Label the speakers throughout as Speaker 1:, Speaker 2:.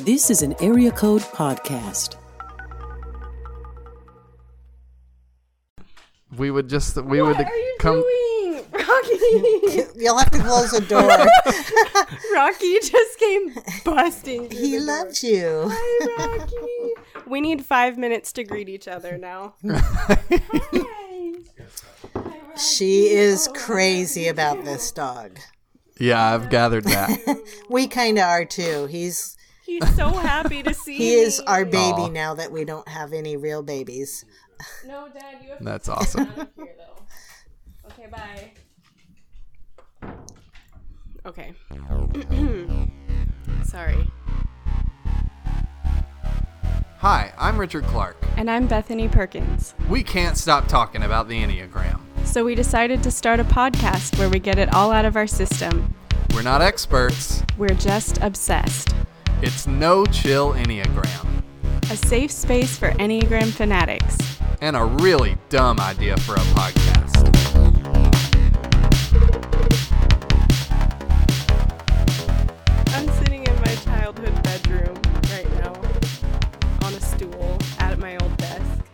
Speaker 1: This is an Area Code Podcast.
Speaker 2: We would just we would
Speaker 3: What are you
Speaker 2: come.
Speaker 3: doing, Rocky?
Speaker 4: You'll have to close the door.
Speaker 3: Rocky just came busting. through
Speaker 4: he
Speaker 3: the door.
Speaker 4: loves you.
Speaker 3: Hi, Rocky. We need five minutes to greet each other now. Hi.
Speaker 4: She is crazy about this dog.
Speaker 2: Yeah, I've gathered that.
Speaker 4: We kind of are too. He's
Speaker 3: He's so happy to see
Speaker 4: he is
Speaker 3: me.
Speaker 4: our baby
Speaker 2: Aw.
Speaker 4: now that we don't have any real babies.
Speaker 3: No, Dad, you have to
Speaker 2: That's awesome.
Speaker 3: out of here, though. Okay, bye. Okay. Sorry.
Speaker 2: Hi, I'm Richard Clark.
Speaker 3: And I'm Bethany Perkins.
Speaker 2: We can't stop talking about the Enneagram.
Speaker 3: So we decided to start a podcast where we get it all out of our system.
Speaker 2: We're not experts.
Speaker 3: We're just obsessed.
Speaker 2: It's no chill Enneagram.
Speaker 3: A safe space for Enneagram fanatics.
Speaker 2: And a really dumb idea for a podcast.
Speaker 3: I'm sitting in my childhood bedroom right now on a stool at my old desk.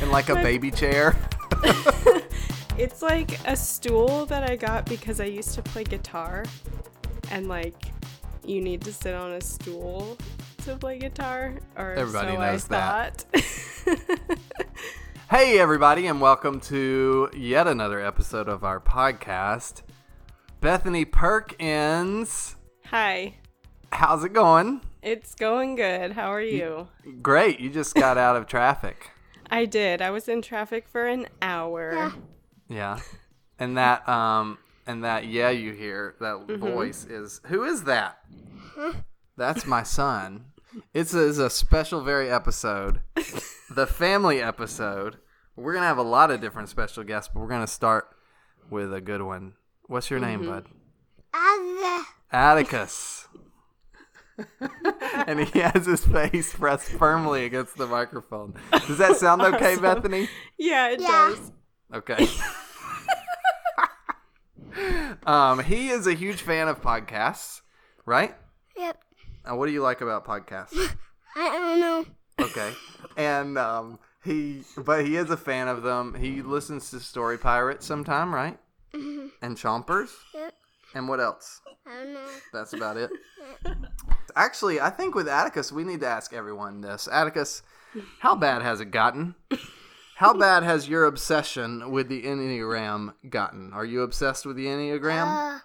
Speaker 2: And like a baby chair.
Speaker 3: It's like a stool that I got because I used to play guitar and like you need to sit on a stool to play guitar or
Speaker 2: Everybody
Speaker 3: so
Speaker 2: knows
Speaker 3: I
Speaker 2: that.
Speaker 3: thought.
Speaker 2: Hey, everybody, and welcome to yet another episode of our podcast. Bethany Perkins,
Speaker 3: Hi.
Speaker 2: how's it going?
Speaker 3: It's going good. How are you?
Speaker 2: Great, you just got out of traffic.
Speaker 3: I did. I was in traffic for an hour.
Speaker 2: Yeah. And that, um, and that, yeah, you hear that voice is who is that? That's my son. It's a, it's a special, very episode, the family episode. We're gonna have a lot of different special guests, but we're gonna start with a good one. What's your name, bud? Atticus. and he has his face pressed firmly against the microphone. Does that sound okay, Bethany?
Speaker 3: Yeah, it does.
Speaker 2: Okay. um, he is a huge fan of podcasts, right?
Speaker 5: Yep.
Speaker 2: And what do you like about podcasts?
Speaker 5: I don't know.
Speaker 2: Okay. And um, he, but he is a fan of them. He listens to Story Pirates sometime, right? And Chompers.
Speaker 5: Yep.
Speaker 2: And what else?
Speaker 5: I don't know.
Speaker 2: That's about it. Actually, I think with Atticus, we need to ask everyone this. Atticus, how bad has it gotten? How bad has your obsession with the Enneagram gotten? Are you obsessed with the Enneagram?
Speaker 5: Uh,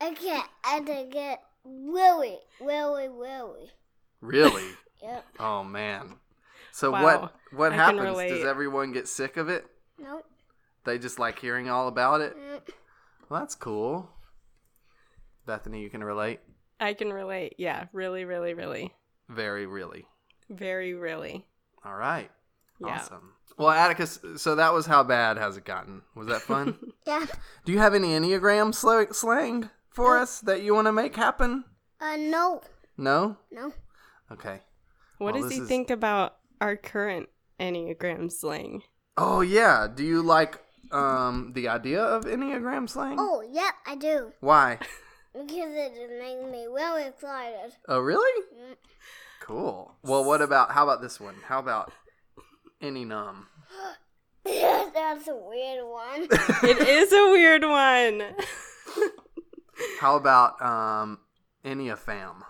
Speaker 5: I can't. I don't get really, really, really.
Speaker 2: really?
Speaker 5: Yep.
Speaker 2: Oh man. So
Speaker 3: Wow.
Speaker 2: what what
Speaker 3: I can
Speaker 2: happens? Does
Speaker 3: relate.
Speaker 2: everyone get sick of it?
Speaker 5: Nope.
Speaker 2: They just like hearing all about it?
Speaker 5: Nope.
Speaker 2: Well, that's cool. Bethany, you can relate.
Speaker 3: I can relate. Yeah, really, really, really.
Speaker 2: Very really.
Speaker 3: Very really.
Speaker 2: All right.
Speaker 3: Yeah.
Speaker 2: Awesome. Well, Atticus, so that was how bad has it gotten? Was that fun?
Speaker 5: Yeah.
Speaker 2: Do you have any Enneagram sl- slang for us that you want to make happen?
Speaker 5: Uh, no.
Speaker 2: No?
Speaker 5: No.
Speaker 2: Okay.
Speaker 3: What
Speaker 2: Well,
Speaker 3: does
Speaker 2: this
Speaker 3: he
Speaker 2: is-
Speaker 3: think about our current Enneagram slang?
Speaker 2: Oh, yeah. Do you like um, the idea of Enneagram slang?
Speaker 5: Oh, yep, I do.
Speaker 2: Why?
Speaker 5: Because it just makes me really excited.
Speaker 2: Oh, really? Cool. Well, what about, how about this one? How about any num?
Speaker 5: That's a weird one.
Speaker 3: it is a weird one.
Speaker 2: How about um, Enneafam?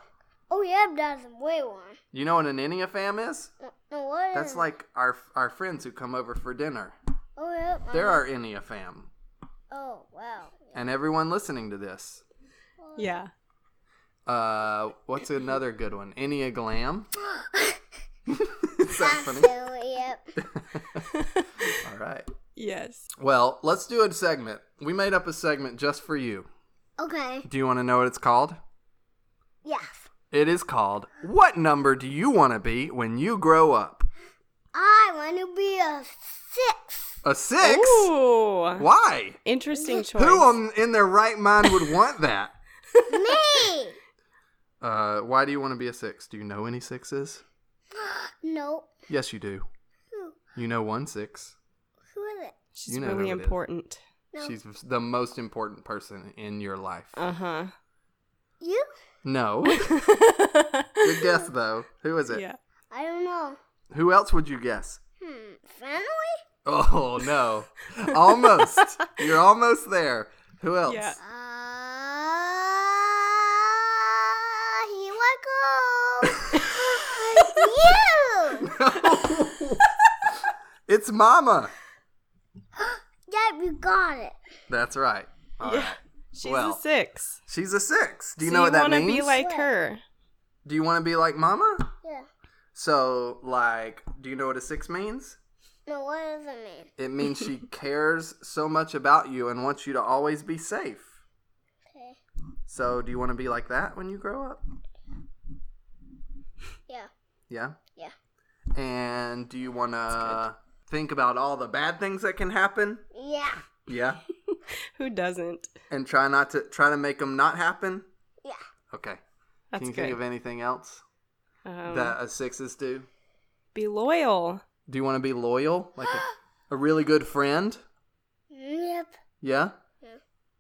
Speaker 5: oh, yep, that's a weird one.
Speaker 2: You know what an Enneafam is?
Speaker 5: No, no, what is
Speaker 2: That's like our, our friends who come over for dinner.
Speaker 5: Oh, yep.
Speaker 2: They're our Enneafam.
Speaker 5: Oh, wow.
Speaker 2: And everyone listening to this,
Speaker 3: Yeah.
Speaker 2: Uh, what's another good one? Enneagram. Is that funny?
Speaker 5: Absolutely, yep.
Speaker 2: All right.
Speaker 3: Yes.
Speaker 2: Well, let's do a segment. We made up a segment just for you.
Speaker 5: Okay.
Speaker 2: Do you want to know what it's called?
Speaker 5: Yes.
Speaker 2: It is called What Number Do You Want to Be When You Grow Up?
Speaker 5: I want to be a six.
Speaker 2: A six?
Speaker 3: Ooh.
Speaker 2: Why?
Speaker 3: Interesting choice.
Speaker 2: Who on, in their right mind would want that?
Speaker 5: Me!
Speaker 2: Uh, why do you want to be a six? Do you know any sixes?
Speaker 5: Nope.
Speaker 2: Yes, you do.
Speaker 5: Who?
Speaker 2: You know one six.
Speaker 5: Who is it?
Speaker 3: She's
Speaker 2: you know
Speaker 3: really
Speaker 2: who it is.
Speaker 3: important.
Speaker 5: No.
Speaker 2: She's the most important person in your life.
Speaker 3: Uh huh.
Speaker 5: You?
Speaker 2: No. Good guess though. Who is it?
Speaker 3: yeah.
Speaker 5: I don't know.
Speaker 2: Who else would you guess?
Speaker 5: Hmm. Family?
Speaker 2: Oh no. almost. You're almost there. Who else?
Speaker 3: Yeah.
Speaker 5: Uh, here I go. you!
Speaker 2: It's Mama.
Speaker 5: Dad, you got it.
Speaker 2: That's right. All right.
Speaker 3: She's
Speaker 2: Well,
Speaker 3: a six.
Speaker 2: She's a six. Do you
Speaker 3: So
Speaker 2: know what that
Speaker 3: wanna
Speaker 2: means?
Speaker 3: be like her.
Speaker 2: Do you want to be like Mama?
Speaker 5: Yeah.
Speaker 2: So, like, do you know what a six means?
Speaker 5: No, what does it mean?
Speaker 2: It means she cares so much about you and wants you to always be safe.
Speaker 5: Okay.
Speaker 2: So, do you want to be like that when you grow up?
Speaker 5: Yeah.
Speaker 2: Yeah.
Speaker 5: Yeah.
Speaker 2: And do you want to think about all the bad things that can happen?
Speaker 5: Yeah.
Speaker 2: Yeah.
Speaker 3: Who doesn't?
Speaker 2: and try not to try to make them not happen.
Speaker 5: Yeah.
Speaker 2: Okay.
Speaker 3: That's
Speaker 2: can you
Speaker 3: good.
Speaker 2: think of anything else
Speaker 3: um,
Speaker 2: that a sixes do?
Speaker 3: be loyal.
Speaker 2: Do you want to be loyal, like a, a really good friend?
Speaker 5: Yep.
Speaker 2: Yeah.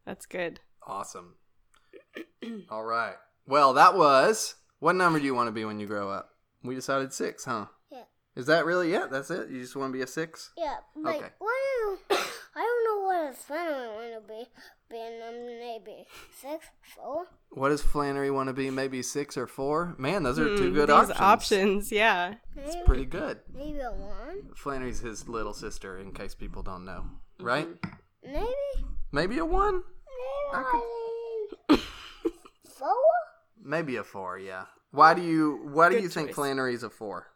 Speaker 3: That's good.
Speaker 2: Awesome. All right. Well, that was what number do you want to be when you grow up? We decided six, huh?
Speaker 5: Yeah.
Speaker 2: Is that really it? That's it? You just want to be a six?
Speaker 5: Yeah. But
Speaker 2: Okay.
Speaker 5: what do you, I don't know what a family want to be. Being um, maybe six, four.
Speaker 2: What does Flannery want to be? Maybe six or four? Man, those are two
Speaker 3: Mm,
Speaker 2: good
Speaker 3: these
Speaker 2: options.
Speaker 3: options, yeah.
Speaker 2: It's pretty good.
Speaker 5: Maybe a one.
Speaker 2: Flannery's his little sister, in case people don't know, right?
Speaker 5: Maybe.
Speaker 2: Maybe a one?
Speaker 5: Maybe
Speaker 2: I
Speaker 5: I think four.
Speaker 2: Maybe a four, yeah. Why do you why do
Speaker 3: Good
Speaker 2: you think
Speaker 3: choice.
Speaker 2: Flannery's a four?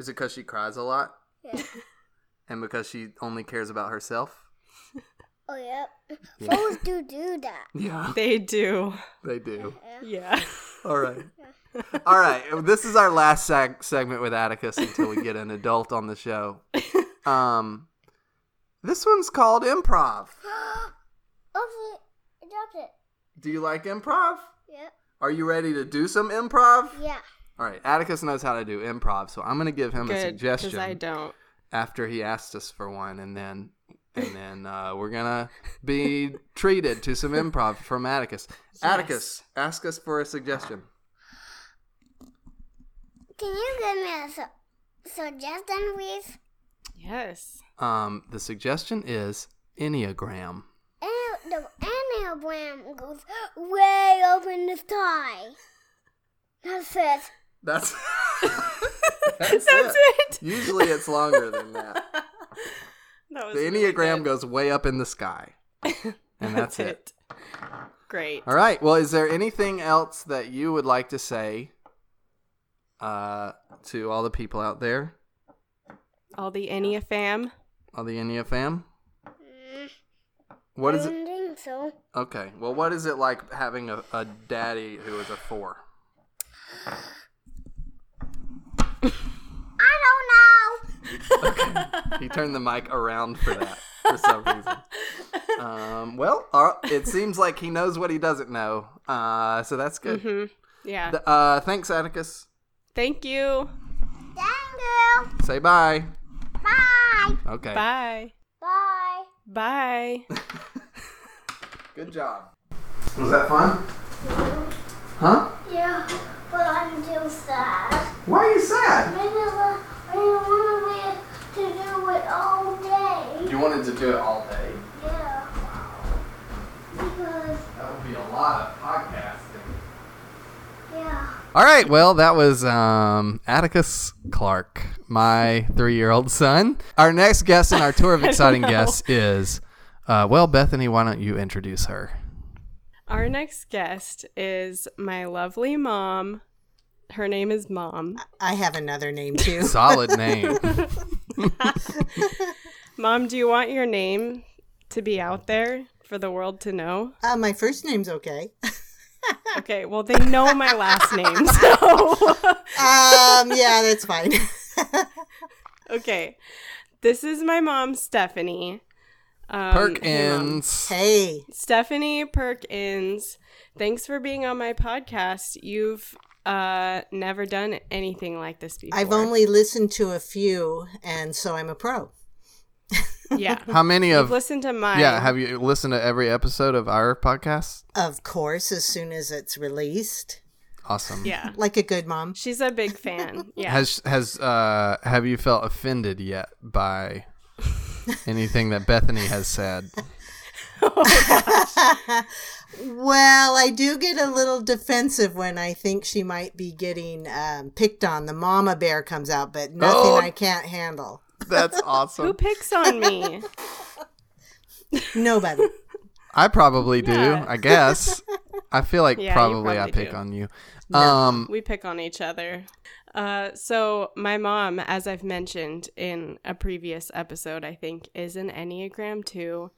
Speaker 2: Is it because she cries a lot
Speaker 5: Yeah.
Speaker 2: and because she only cares about herself?
Speaker 5: Oh yep. Fours do do that.
Speaker 2: Yeah,
Speaker 3: They do.
Speaker 2: they do.
Speaker 3: Yeah.
Speaker 2: All right, all right. This is our last seg- segment with Atticus until we get an adult on the show. Um, this one's called improv.
Speaker 5: Oh, see, I dropped it.
Speaker 2: Do you like improv?
Speaker 5: Yep.
Speaker 2: Are you ready to do some improv?
Speaker 5: Yeah.
Speaker 2: All right, Atticus knows how to do improv, so I'm gonna give him a
Speaker 3: Good.
Speaker 2: suggestion.
Speaker 3: Because I don't.
Speaker 2: after he asked us for one and then and then uh, we're gonna be treated to some improv from atticus atticus ask us for a suggestion
Speaker 5: Can you give me a su- suggestion, please?
Speaker 3: Yes.
Speaker 2: um, the suggestion is enneagram
Speaker 5: And the anagram goes way up in the sky. That's it.
Speaker 2: that's that's,
Speaker 3: That's it.
Speaker 2: usually it's longer than that
Speaker 3: That was
Speaker 2: the
Speaker 3: really
Speaker 2: enneagram
Speaker 3: good.
Speaker 2: goes way up in the sky and that's it
Speaker 3: Great.
Speaker 2: All right. Well, is there anything else that you would like to say uh, to all the people out there,
Speaker 3: All the Ennea fam.
Speaker 2: all the Enneafam? fam? What is
Speaker 5: I
Speaker 2: it?
Speaker 5: don't think so.
Speaker 2: Okay. Well, what is it like having a, a daddy who is a four?
Speaker 5: I don't know.
Speaker 2: He turned the mic around for that for some reason. Um, well, all right, it seems like he knows what he doesn't know. Uh, so that's good.
Speaker 3: Yeah.
Speaker 2: Th- Uh, thanks, Atticus.
Speaker 3: Thank you.
Speaker 5: Thank you.
Speaker 2: Say bye.
Speaker 5: Bye.
Speaker 2: Okay.
Speaker 3: Bye.
Speaker 5: Bye.
Speaker 3: Bye.
Speaker 2: Good job. Was that fun? Huh?
Speaker 5: Yeah, but I'm too sad.
Speaker 2: Why are you sad?
Speaker 5: I never, I wanted to do it all day.
Speaker 2: You wanted to do it all day.
Speaker 5: Yeah. Because,
Speaker 2: That would be a lot of podcasting.
Speaker 5: yeah.
Speaker 2: All right. Well, that was um, Atticus Clark, my three-year-old son. Our next guest in our tour of exciting
Speaker 3: know.
Speaker 2: guests is, uh, well, Bethany. Why don't you introduce her?
Speaker 3: Our next guest is my lovely mom. Her name is Mom.
Speaker 4: I have another name too.
Speaker 2: Solid name.
Speaker 3: Mom, do you want your name to be out there for the world to know?
Speaker 4: Uh, my first name's okay.
Speaker 3: Okay, well, they know my last name, so.
Speaker 4: Um, yeah, that's fine.
Speaker 3: okay. This is my mom, Stephanie. Um, hey, Mom.
Speaker 2: Perkins.
Speaker 4: hey,
Speaker 3: Stephanie Perkins, thanks for being on my podcast. You've uh, never done anything like this before.
Speaker 4: I've only listened to a few, and so I'm a pro.
Speaker 3: Yeah.
Speaker 2: How many of
Speaker 3: Listen to mine.
Speaker 2: yeah? Have you listened to every episode of our podcast?
Speaker 4: Of course, as soon as it's released.
Speaker 2: Awesome.
Speaker 3: Yeah.
Speaker 4: Like a good mom.
Speaker 3: She's a big fan. Yeah.
Speaker 2: Has has uh have you felt offended yet by anything that Bethany has said?
Speaker 4: Well, I do get a little defensive when I think she might be getting um, picked on. The mama bear comes out, but nothing
Speaker 2: Oh.
Speaker 4: I can't handle.
Speaker 2: That's
Speaker 3: Who
Speaker 2: awesome.
Speaker 3: picks on me?
Speaker 4: Nobody.
Speaker 2: I probably do.
Speaker 3: Yeah.
Speaker 2: I guess. I feel like
Speaker 3: Yeah, you
Speaker 2: probably, I
Speaker 3: probably
Speaker 2: pick
Speaker 3: do.
Speaker 2: on you. Um.
Speaker 3: We pick on each other. Uh, so, my mom, as I've mentioned in a previous episode, I think, is an Enneagram 2.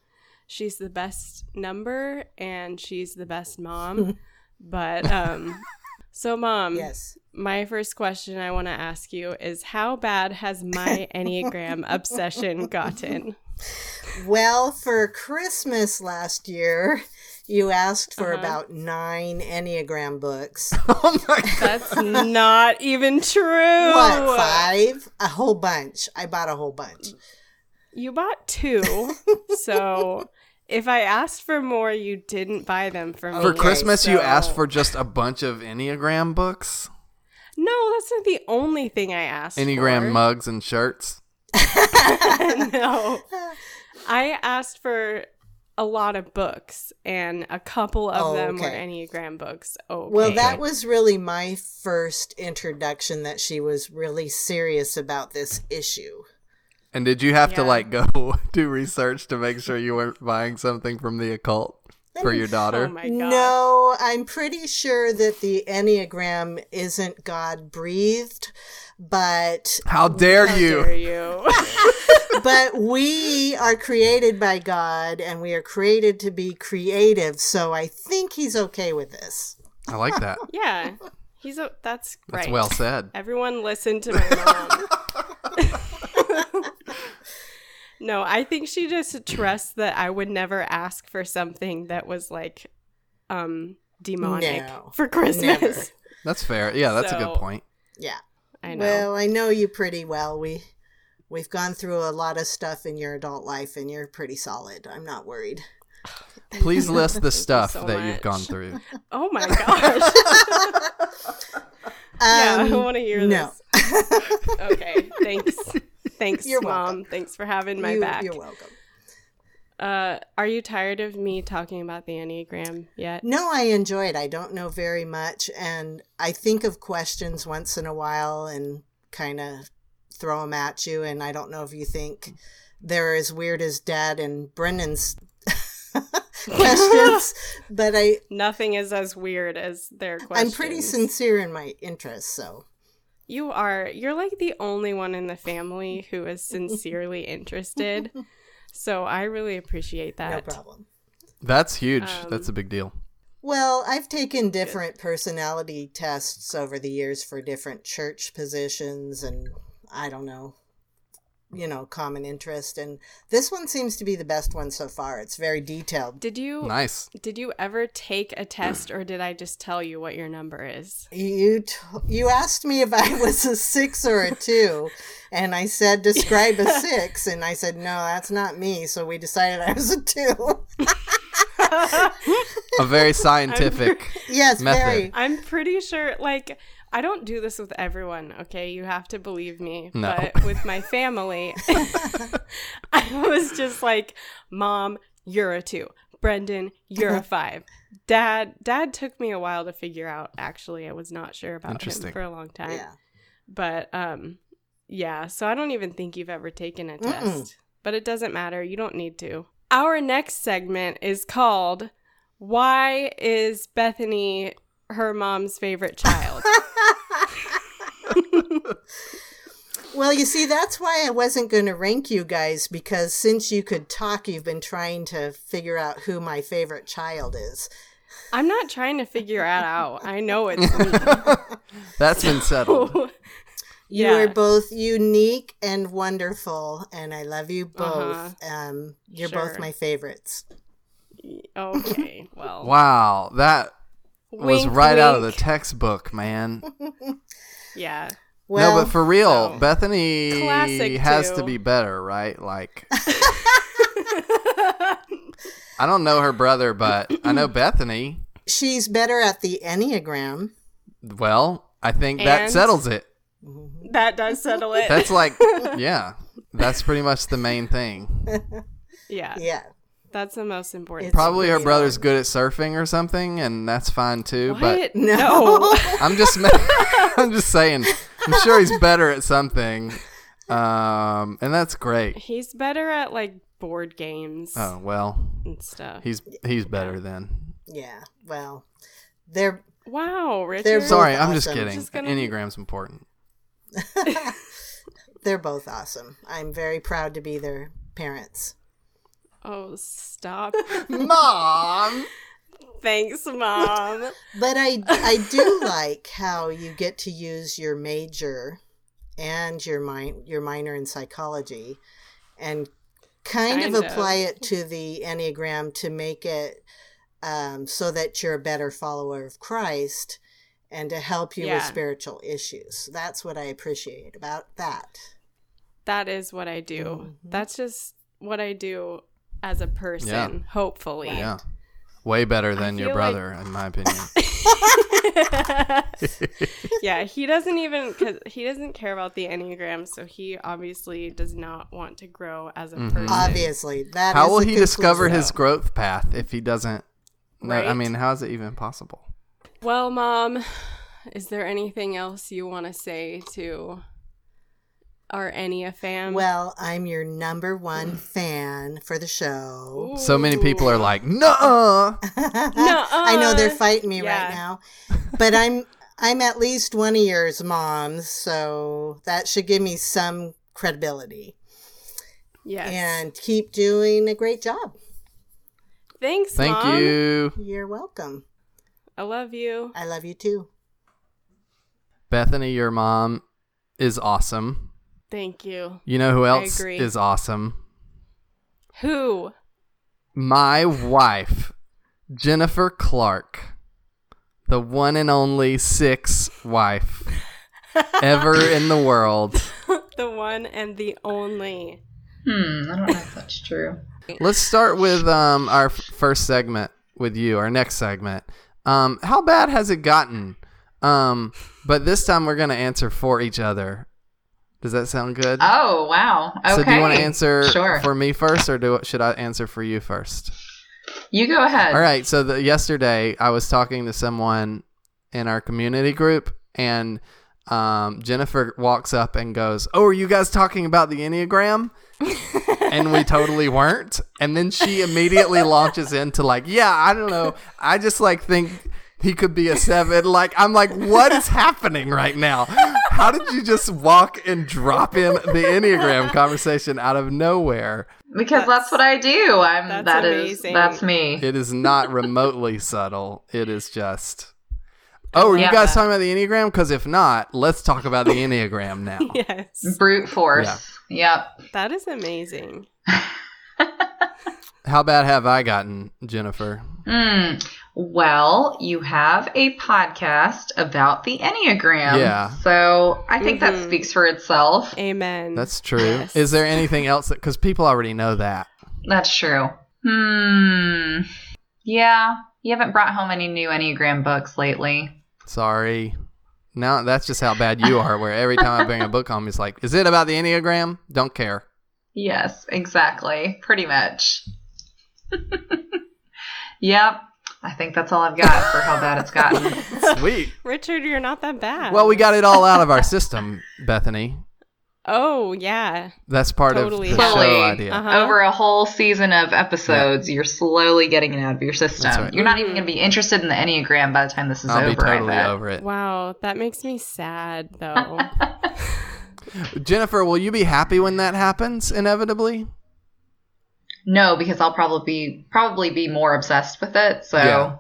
Speaker 3: She's the best number and she's the best mom. but, um, so, mom,
Speaker 4: yes.
Speaker 3: my first question I want to ask you is how bad has my Enneagram obsession gotten?
Speaker 4: Well, for Christmas last year, you asked for about nine Enneagram books.
Speaker 2: Oh my god.
Speaker 3: That's not even true.
Speaker 4: What, five? A whole bunch. I bought a whole bunch.
Speaker 3: You bought two. so if I asked for more, you didn't buy them for me.
Speaker 2: For Christmas, you
Speaker 3: so-
Speaker 2: asked for just a bunch of Enneagram books,
Speaker 3: No, that's not the only thing I asked
Speaker 2: Enneagram
Speaker 3: for.
Speaker 2: mugs and shirts.
Speaker 3: no. I asked for a lot of books, and a couple of
Speaker 4: Oh,
Speaker 3: them were
Speaker 4: okay.
Speaker 3: Enneagram books. Oh,
Speaker 4: Well, that was really my first introduction that she was really serious about this issue.
Speaker 2: And did you have to
Speaker 3: Yeah.
Speaker 2: like go do research to make sure you weren't buying something from the occult for your
Speaker 3: Oh
Speaker 2: daughter?
Speaker 3: my god.
Speaker 4: No, I'm pretty sure that the Enneagram isn't God breathed, but
Speaker 2: How dare
Speaker 3: How
Speaker 2: you?
Speaker 3: dare you?
Speaker 4: but we are created by God and we are created to be creative, so I think he's okay with this.
Speaker 2: I like that.
Speaker 3: yeah. He's a that's right.
Speaker 2: That's well said.
Speaker 3: Everyone listen to my mom. no, I think she just trusts that I would never ask for something that was like um demonic
Speaker 4: No,
Speaker 3: for Christmas.
Speaker 2: That's fair. Yeah, that's a
Speaker 3: So-
Speaker 2: good point.
Speaker 4: Yeah.
Speaker 3: I know.
Speaker 4: Well, I know you pretty well. We we've gone through a lot of stuff in your adult life and you're pretty solid. I'm not worried.
Speaker 2: Please list the stuff
Speaker 3: so
Speaker 2: that you've
Speaker 3: much.
Speaker 2: gone through.
Speaker 3: oh my gosh. yeah, I
Speaker 4: Um,
Speaker 3: want to hear
Speaker 4: no.
Speaker 3: this. okay. Thanks. Thanks,
Speaker 4: You're
Speaker 3: mom.
Speaker 4: welcome.
Speaker 3: Thanks for having my
Speaker 4: you,
Speaker 3: back.
Speaker 4: You're welcome.
Speaker 3: Uh, are you tired of me talking about the Enneagram yet?
Speaker 4: No, I enjoy it. I don't know very much, and I think of questions once in a while and kind of throw them at you. And I don't know if you think they're as weird as Dad and Brendan's questions, but I
Speaker 3: Nothing is as weird as their question.
Speaker 4: I'm pretty sincere in my interest. So
Speaker 3: You are. You're like the only one in the family who is sincerely interested. So I really appreciate
Speaker 4: no
Speaker 3: that.
Speaker 4: problem.
Speaker 2: That's huge.
Speaker 3: Um,
Speaker 2: that's a big deal.
Speaker 4: Well, I've taken different personality tests over the years for different church positions and I don't know, you know, common interest. And this one seems to be the best one so far. It's very detailed.
Speaker 3: Did you
Speaker 2: Nice.
Speaker 3: did you ever take a test or did I just tell you what your number is?
Speaker 4: You t- you asked me if I was a six or a two, and I said describe a six, and I said no, that's not me. So we decided I was a two.
Speaker 2: A very scientific.
Speaker 4: yes,
Speaker 2: Method.
Speaker 4: very.
Speaker 3: I'm pretty sure like I don't do this with everyone, okay? You have to believe me.
Speaker 2: No.
Speaker 3: But with my family, I was just like, "Mom, you're a 2. Brendan, you're
Speaker 2: Uh-huh.
Speaker 3: a 5." Dad, dad took me a while to figure out actually. I was not sure about
Speaker 2: Interesting.
Speaker 3: him for a long time.
Speaker 4: Yeah.
Speaker 3: but um yeah so i don't even think you've ever taken a test but it doesn't matter you don't need to our next segment is called why is bethany her mom's favorite child
Speaker 4: Well, you see, that's why I wasn't going to rank you guys because since you could talk, you've been trying to figure out who my favorite child is.
Speaker 3: i'm not trying to figure it out i know it's me
Speaker 2: That's been settled.
Speaker 4: You
Speaker 3: Yeah.
Speaker 4: are both unique and wonderful, and I love you both. Um, you're both
Speaker 3: Uh-huh. Sure.
Speaker 4: my favorites.
Speaker 3: okay well
Speaker 2: Wow, that was
Speaker 3: wink,
Speaker 2: right out of the
Speaker 3: wink.
Speaker 2: textbook, man.
Speaker 3: yeah
Speaker 4: Well,
Speaker 2: no, but for real,
Speaker 3: so-
Speaker 2: Bethany
Speaker 3: Classic
Speaker 2: has
Speaker 3: too.
Speaker 2: to be better, right? Like, I don't know her brother, but I know Bethany.
Speaker 4: she's better at the Enneagram.
Speaker 2: Well, I think that
Speaker 3: And-
Speaker 2: settles it.
Speaker 3: that does settle it.
Speaker 2: That's like, yeah, that's pretty much the main thing.
Speaker 3: yeah,
Speaker 4: Yeah.
Speaker 3: that's the most important.
Speaker 4: It's-
Speaker 2: Probably her
Speaker 4: really
Speaker 2: brother's
Speaker 4: hard.
Speaker 2: good at surfing or something, and that's fine too.
Speaker 3: What?
Speaker 4: No.
Speaker 3: No.
Speaker 2: But I'm just, ma- I'm just saying, I'm sure he's better at something, um, and that's great.
Speaker 3: He's better at like board games
Speaker 2: Oh well,
Speaker 3: and stuff.
Speaker 2: he's he's better then.
Speaker 4: Yeah. Well, they're
Speaker 3: wow, Richard.
Speaker 4: They're so-
Speaker 2: Sorry, I'm just
Speaker 4: awesome.
Speaker 2: kidding.
Speaker 3: Just gonna-
Speaker 2: Enneagram's important.
Speaker 4: they're both awesome. I'm very proud to be their parents.
Speaker 3: oh, stop.
Speaker 2: Mom.
Speaker 3: Thanks, mom.
Speaker 4: But I I do like how you get to use your major and your min- your minor in psychology and kind, of
Speaker 3: Kind of.
Speaker 4: apply it to the enneagram to make it um, so that you're a better follower of Christ and to help you with
Speaker 3: Yeah.
Speaker 4: spiritual issues. That's what I appreciate about that.
Speaker 3: that is what I do.
Speaker 2: Mm-hmm.
Speaker 3: That's just what I do as a person, hopefully.
Speaker 2: Yeah. Way better than your
Speaker 3: feel like-
Speaker 2: brother, in my opinion.
Speaker 3: yeah, he doesn't even cause he doesn't care about the enneagram, so he obviously does not want to grow as a
Speaker 2: Mm-hmm.
Speaker 3: person.
Speaker 4: Obviously, that
Speaker 2: Mm. How
Speaker 4: is
Speaker 2: will
Speaker 4: the
Speaker 2: he discover
Speaker 4: conclusion.
Speaker 2: his growth path if he doesn't? No, I
Speaker 3: Right?
Speaker 2: mean, how is it even possible?
Speaker 3: Well, mom, is there anything else you want to say to our Ennea fam?
Speaker 4: Well, I'm your number one fan for the show.
Speaker 2: So many people are like, "Nuh."
Speaker 4: I know they're
Speaker 3: Nuh-uh.
Speaker 4: fighting me
Speaker 3: uh, Yeah.
Speaker 4: right now, but I'm I'm at least one of yours moms, so that should give me some credibility.
Speaker 3: yes.
Speaker 4: And keep doing a great job.
Speaker 3: Thanks,
Speaker 2: Thank
Speaker 3: Mom.
Speaker 2: you,
Speaker 4: You're welcome.
Speaker 3: I love you.
Speaker 4: I love you too.
Speaker 2: Bethany. Your mom is awesome.
Speaker 3: Thank you.
Speaker 2: You know who else
Speaker 3: agree.
Speaker 2: is awesome?
Speaker 3: Who?
Speaker 2: My wife, Jennifer Clark, the one and only six wife ever in the world.
Speaker 3: The one and the only.
Speaker 6: Hmm, I don't know if that's true.
Speaker 2: Let's start with um, our f- first segment with you, our next segment. Um, how bad has it gotten? Um, but this time we're going to answer for each other. Does that sound good?
Speaker 6: Oh wow. Okay.
Speaker 2: So do you want to answer
Speaker 6: Sure.
Speaker 2: for me first or do should I answer for you first?
Speaker 6: you go ahead.
Speaker 2: All right. So the, yesterday, I was talking to someone in our community group, and um, Jennifer walks up and goes, "Oh, are you guys talking about the Enneagram?" and we totally weren't. And then she immediately launches into like, "Yeah, I don't know. I just like think." He could be a seven. Like I'm like, what is happening right now? How did you just walk and drop in the enneagram conversation out of nowhere?
Speaker 6: Because that's, what I do. I'm
Speaker 3: that's
Speaker 6: that's
Speaker 3: amazing.
Speaker 6: that's me.
Speaker 2: It is not remotely subtle. It is just. Oh, are you
Speaker 6: Yeah.
Speaker 2: guys talking about the Enneagram? Because if not, let's talk about the Enneagram now.
Speaker 3: Yes.
Speaker 6: Brute force. Yep.
Speaker 3: That is amazing.
Speaker 2: How bad have I gotten, Jennifer?
Speaker 6: Hmm. Well, you have a podcast about the Enneagram.
Speaker 2: Yeah.
Speaker 6: So I think that
Speaker 3: Mhm.
Speaker 6: speaks for itself.
Speaker 3: Amen.
Speaker 2: That's true.
Speaker 3: Yes.
Speaker 2: Is there anything else that. Because people already know that.
Speaker 6: That's true. Hmm. Yeah. You haven't brought home any new Enneagram books lately.
Speaker 2: Sorry. Now that's just how bad you are, where every time I bring a book home, it's like, is it about the Enneagram? Don't care.
Speaker 6: Yes, exactly. Pretty much. yep. I think that's all I've got for how bad it's gotten.
Speaker 2: Sweet.
Speaker 3: Richard, you're not that bad.
Speaker 2: Well, we got it all out of our system, Bethany.
Speaker 3: Oh yeah.
Speaker 2: That's part
Speaker 3: Totally.
Speaker 2: of the
Speaker 6: Totally.
Speaker 2: show idea.
Speaker 3: Uh-huh.
Speaker 6: Over a whole season of episodes, you're slowly getting it out of your
Speaker 2: That's
Speaker 6: system.
Speaker 2: right.
Speaker 6: You're not even going to be interested in the Enneagram by the time this is
Speaker 2: I'll
Speaker 6: over.
Speaker 2: be totally
Speaker 6: I bet.
Speaker 2: over it.
Speaker 3: Wow, that makes me sad though.
Speaker 2: Jennifer, will you be happy when that happens inevitably?
Speaker 6: No, because I'll probably be probably be more obsessed with it, so
Speaker 2: Yeah.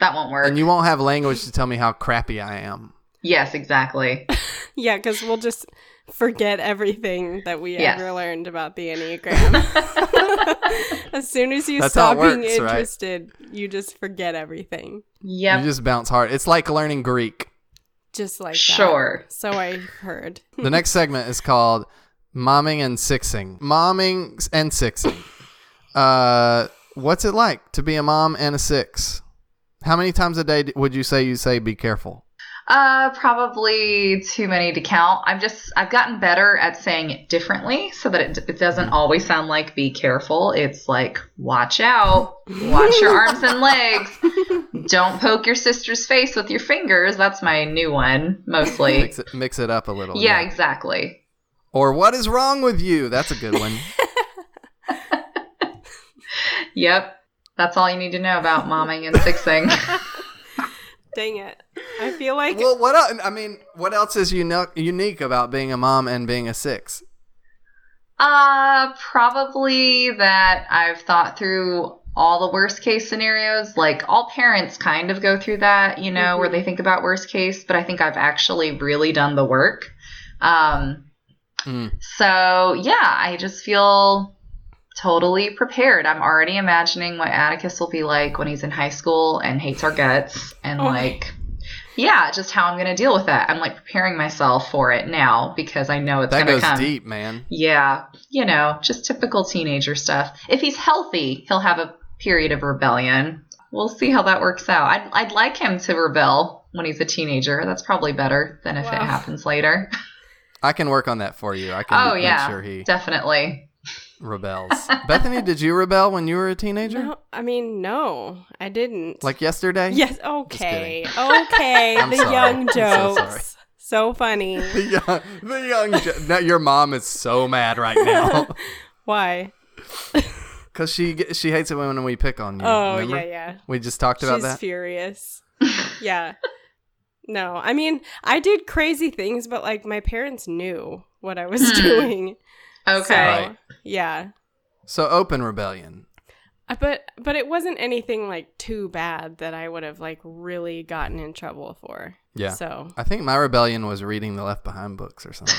Speaker 6: that won't work.
Speaker 2: And you won't have language to tell me how crappy I am.
Speaker 6: yes, exactly.
Speaker 3: yeah, because we'll just forget everything that we
Speaker 6: Yes.
Speaker 3: ever learned about the Enneagram. as soon as you
Speaker 2: That's how
Speaker 3: stop
Speaker 2: it
Speaker 3: being
Speaker 2: works, right?
Speaker 3: interested, you just forget everything.
Speaker 6: Yep.
Speaker 2: You just bounce hard. It's like learning Greek.
Speaker 3: just like that.
Speaker 6: Sure.
Speaker 3: So I heard.
Speaker 2: The next segment is called Momming and Sixing. Momming and Sixing. Uh, what's it like to be a mom and a six? How many times a day d- would you say you say be careful?
Speaker 6: Uh, probably too many to count. I've just I've gotten better at saying it differently so that it, it
Speaker 2: Mm-hmm.
Speaker 6: doesn't always sound like "be careful." It's like "watch out, watch your arms and legs, don't poke your sister's face with your fingers." That's my new one mostly.
Speaker 2: Mix it, mix it up a little.
Speaker 6: yeah, exactly.
Speaker 2: Or what is wrong with you? That's a good one.
Speaker 6: Yep, that's all you need to know about momming and sixing.
Speaker 3: Dang it. I feel like
Speaker 2: well, what else? I mean, what else is uni- unique about being a mom and being a six?
Speaker 6: Uh, probably that I've thought through all the worst case scenarios. Like all parents kind of go through that, you know, where
Speaker 2: Mm-hmm.
Speaker 6: they think about worst case, but I think I've actually really done the work. Um,
Speaker 2: Mm.
Speaker 6: so yeah, I just feel totally prepared. I'm already imagining what Atticus will be like when he's in high school and hates our guts and
Speaker 3: Oh.
Speaker 6: like yeah, just how I'm going to deal with that. I'm like preparing myself for it now because I know it's
Speaker 2: That
Speaker 6: going to
Speaker 2: goes
Speaker 6: come.
Speaker 2: deep, man.
Speaker 6: Yeah, you know, just typical teenager stuff. If he's healthy, he'll have a period of rebellion. We'll see how that works out. I'd, I'd like him to rebel when he's a teenager. That's probably better than if it
Speaker 3: Wow.
Speaker 6: happens later.
Speaker 2: I can work on that for you. I can
Speaker 6: oh,
Speaker 2: make
Speaker 6: yeah.
Speaker 2: sure he
Speaker 6: Definitely.
Speaker 2: rebels. Bethany, did you rebel when you were a teenager?
Speaker 3: no, I mean no, I didn't.
Speaker 2: Like yesterday?
Speaker 3: Yes, okay. Okay.
Speaker 2: I'm
Speaker 3: the
Speaker 2: sorry.
Speaker 3: young
Speaker 2: I'm so sorry.
Speaker 3: jokes. so funny.
Speaker 2: The young, the young. jo- Now your mom is so mad right now
Speaker 3: Why?
Speaker 2: because she ge- she hates it when we pick on you.
Speaker 3: Oh
Speaker 2: remember?
Speaker 3: yeah, yeah.
Speaker 2: We just talked about
Speaker 3: She's
Speaker 2: that.
Speaker 3: furious. yeah. No, I mean, I did crazy things, but like my parents knew what I was
Speaker 6: Hmm.
Speaker 3: doing. So,
Speaker 6: Okay.
Speaker 2: Right.
Speaker 3: yeah.
Speaker 2: so open rebellion.
Speaker 3: Uh, But but it wasn't anything like too bad that I would have like really gotten in trouble for.
Speaker 2: Yeah.
Speaker 3: So
Speaker 2: I think my rebellion was reading the Left Behind books or something.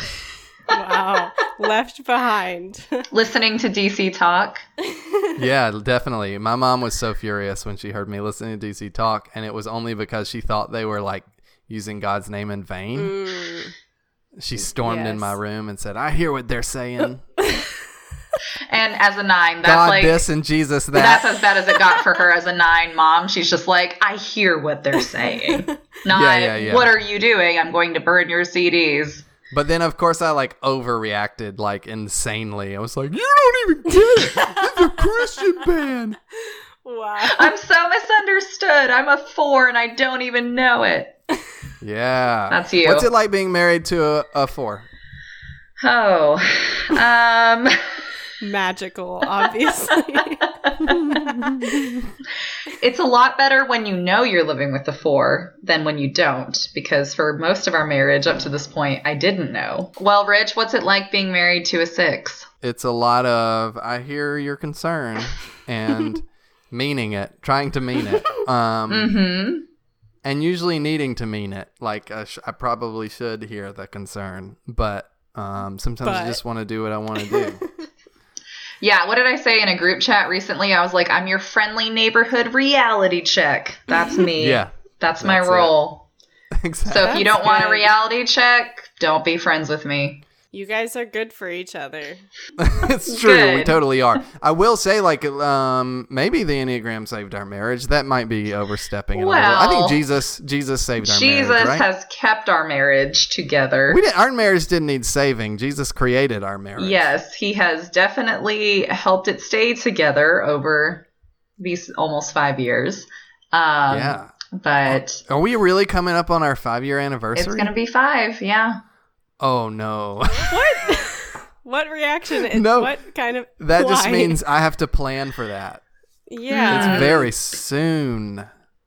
Speaker 3: wow, left behind.
Speaker 6: Listening to DC talk.
Speaker 2: yeah, definitely. My mom was so furious when she heard me listening to DC talk, and it was only because she thought they were like using God's name in vain.
Speaker 3: Mm.
Speaker 2: She stormed in
Speaker 3: Yes.
Speaker 2: my room and said, "I hear what they're saying.
Speaker 6: And as a nine, that's
Speaker 2: God
Speaker 6: like.
Speaker 2: this and Jesus that."
Speaker 6: That's as bad as it got for her as a nine mom. She's just like, I hear what they're saying. Not,
Speaker 2: Yeah, yeah, yeah.
Speaker 6: what are you doing? I'm going to burn your CDs.
Speaker 2: But then, of course, I like overreacted like insanely. I was like, "You don't even get it. It's a Christian band."
Speaker 3: Wow.
Speaker 6: I'm so misunderstood. I'm a four and I don't even know it.
Speaker 2: Yeah,
Speaker 6: That's you.
Speaker 2: What's it like being married to a, a four?
Speaker 6: Oh. Um
Speaker 3: Magical, obviously.
Speaker 6: it's a lot better when you know you're living with the four than when you don't because for most of our marriage up to this point I didn't know. Well, Rich, what's it like being married to a 6?
Speaker 2: It's a lot of I hear your concern and meaning it, trying to mean it, um,
Speaker 3: Mm-hmm.
Speaker 6: Mhm.
Speaker 2: and usually needing to mean it. Like I, sh- I probably should hear the concern, but um, sometimes I
Speaker 3: But-
Speaker 2: just want to do what I want to do.
Speaker 6: Yeah, what did I say in a group chat recently? I was like, "I'm your friendly neighborhood reality check." That's me.
Speaker 2: yeah,
Speaker 6: That's, my
Speaker 2: that's it.
Speaker 6: role.
Speaker 2: exactly.
Speaker 6: So if you
Speaker 3: That's
Speaker 6: don't want a
Speaker 3: good.
Speaker 6: reality check, don't be friends with me.
Speaker 3: you guys are good for each other.
Speaker 2: it's true. We
Speaker 6: Good.
Speaker 2: totally are. I will say, like, um, maybe the Enneagram saved our marriage. That might be overstepping. it a little. I
Speaker 6: Well,
Speaker 2: think Jesus, Jesus saved our
Speaker 6: Jesus
Speaker 2: marriage. Right?
Speaker 6: has kept our marriage together.
Speaker 2: we didn't, our marriage didn't need saving. Jesus created our marriage.
Speaker 6: Yes, he has definitely helped it stay together over these almost five years. Um,
Speaker 2: yeah.
Speaker 6: But
Speaker 2: Are we really coming up on our five-year anniversary?
Speaker 6: it's going to be five. Yeah.
Speaker 2: oh no.
Speaker 3: What? what reaction? Is,
Speaker 2: No.
Speaker 3: What kind of?
Speaker 2: that just
Speaker 3: why?
Speaker 2: means I have to plan for that.
Speaker 3: Yeah.
Speaker 6: Um,
Speaker 2: It's very soon.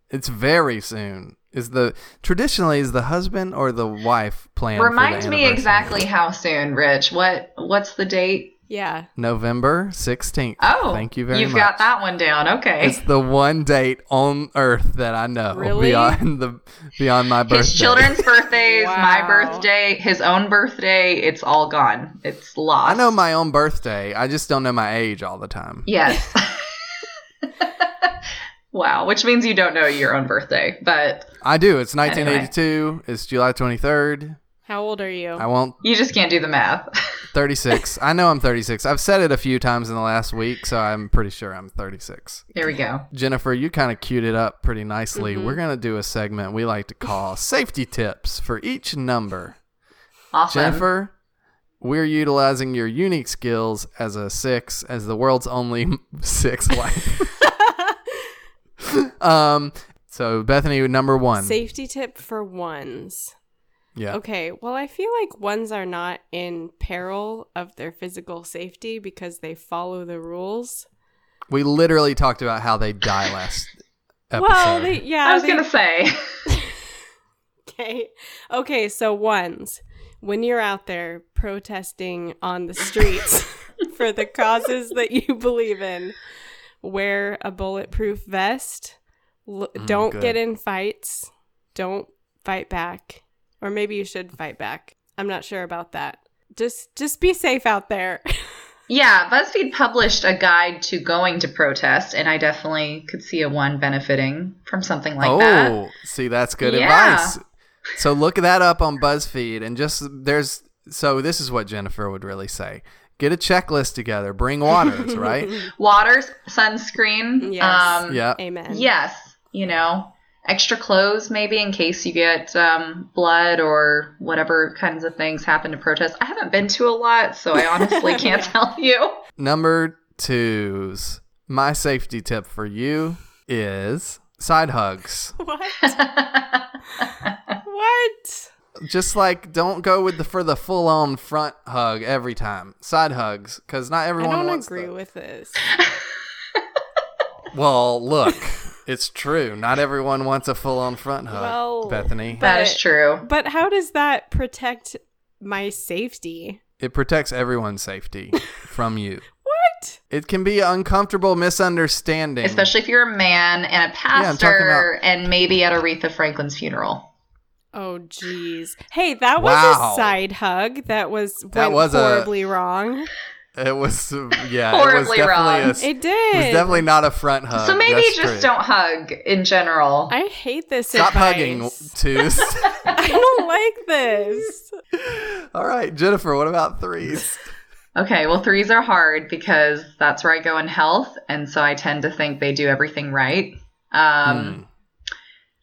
Speaker 2: It's very soon. Is the traditionally is the husband or the wife plan? for
Speaker 6: Remind
Speaker 2: the
Speaker 6: me
Speaker 2: anniversary?
Speaker 6: exactly how soon, Rich. What What's the date?
Speaker 3: yeah.
Speaker 2: November sixteenth.
Speaker 6: Oh,
Speaker 2: thank you very
Speaker 6: You've
Speaker 2: much.
Speaker 6: got that one down. Okay.
Speaker 2: It's the one date on Earth that I know
Speaker 3: Really?
Speaker 2: beyond the beyond my birthday.
Speaker 6: His children's birthdays, my
Speaker 3: Wow.
Speaker 6: birthday, his own birthday. It's all gone. It's lost.
Speaker 2: I know my own birthday. I just don't know my age all the time.
Speaker 6: Yes. wow, which means you don't know your own birthday, but
Speaker 2: I do. It's 1982. It's July 23rd.
Speaker 3: How old are you?
Speaker 2: I won't.
Speaker 6: You just can't do the math.
Speaker 2: 36. I know I'm 36. I've said it a few times in the last week, so I'm pretty sure I'm 36.
Speaker 6: there we go.
Speaker 2: Jennifer, you kind of queued it up pretty nicely.
Speaker 6: Mm-hmm.
Speaker 2: We're going to do a segment we like to call safety tips for each number.
Speaker 6: Awesome.
Speaker 2: Jennifer, we're utilizing your unique skills as a six, as the world's only six wife. um, so Bethany, number one.
Speaker 3: Safety tip for ones.
Speaker 2: yeah.
Speaker 3: Okay, well, I feel like ones are not in peril of their physical safety because they follow the rules.
Speaker 2: We literally talked about how they die last episode.
Speaker 3: Well, they, yeah,
Speaker 6: I was
Speaker 3: they-
Speaker 6: gonna say.
Speaker 3: Okay. Okay, so ones. When you're out there protesting on the streets for the causes that you believe in, wear a bulletproof vest. L- don't
Speaker 2: Mm, good.
Speaker 3: get in fights. Don't fight back. Or maybe you should fight back. I'm not sure about that. Just just be safe out there.
Speaker 6: Yeah, BuzzFeed published a guide to going to protest, and I definitely could see a one benefiting from something like
Speaker 2: oh,
Speaker 6: that.
Speaker 2: see, that's good
Speaker 6: Yeah.
Speaker 2: advice. So look that up on BuzzFeed and just there's so this is what Jennifer would really say. Get a checklist together. Bring waters, right?
Speaker 6: Waters, sunscreen.
Speaker 3: Yes.
Speaker 6: Um,
Speaker 2: Yeah.
Speaker 3: Amen.
Speaker 6: Yes. You know, extra clothes maybe in case you get um, blood or whatever kinds of things happen to protest. I haven't been to a lot, so I honestly can't tell you.
Speaker 2: Number twos. My safety tip for you is side hugs.
Speaker 3: What? what?
Speaker 2: Just like don't go with the for the full on front hug every time. Side hugs, because not
Speaker 3: I
Speaker 2: everyone
Speaker 3: don't
Speaker 2: wants
Speaker 3: agree
Speaker 2: that.
Speaker 3: with this.
Speaker 2: Well, look, it's true. Not everyone wants a full on front hug,
Speaker 3: Well,
Speaker 2: Bethany.
Speaker 6: that is
Speaker 3: But-
Speaker 6: true.
Speaker 3: But how does that protect my safety?
Speaker 2: It protects everyone's safety from you.
Speaker 3: What?
Speaker 2: It can be uncomfortable misunderstanding.
Speaker 6: Especially if you're a man and a
Speaker 2: I'm talking
Speaker 6: pastor and maybe at Aretha Franklin's funeral.
Speaker 3: Oh jeez. Hey, that was
Speaker 2: Wow.
Speaker 3: a side hug that was went
Speaker 2: That was a-
Speaker 3: horribly wrong.
Speaker 2: it was yeah, it was
Speaker 6: Horribly
Speaker 2: definitely
Speaker 6: wrong.
Speaker 2: a,
Speaker 3: It
Speaker 2: it
Speaker 3: did.
Speaker 2: was definitely not a front hug.
Speaker 6: so maybe
Speaker 2: Uh, That's
Speaker 6: just
Speaker 2: true.
Speaker 6: don't hug in general.
Speaker 3: I hate this
Speaker 2: Stop
Speaker 3: advice.
Speaker 2: hugging, twos.
Speaker 3: I don't like this.
Speaker 2: All right, Jennifer, what about threes?
Speaker 6: Okay, well, threes are hard because that's where I go in health, and so I tend to think they do everything right. Um,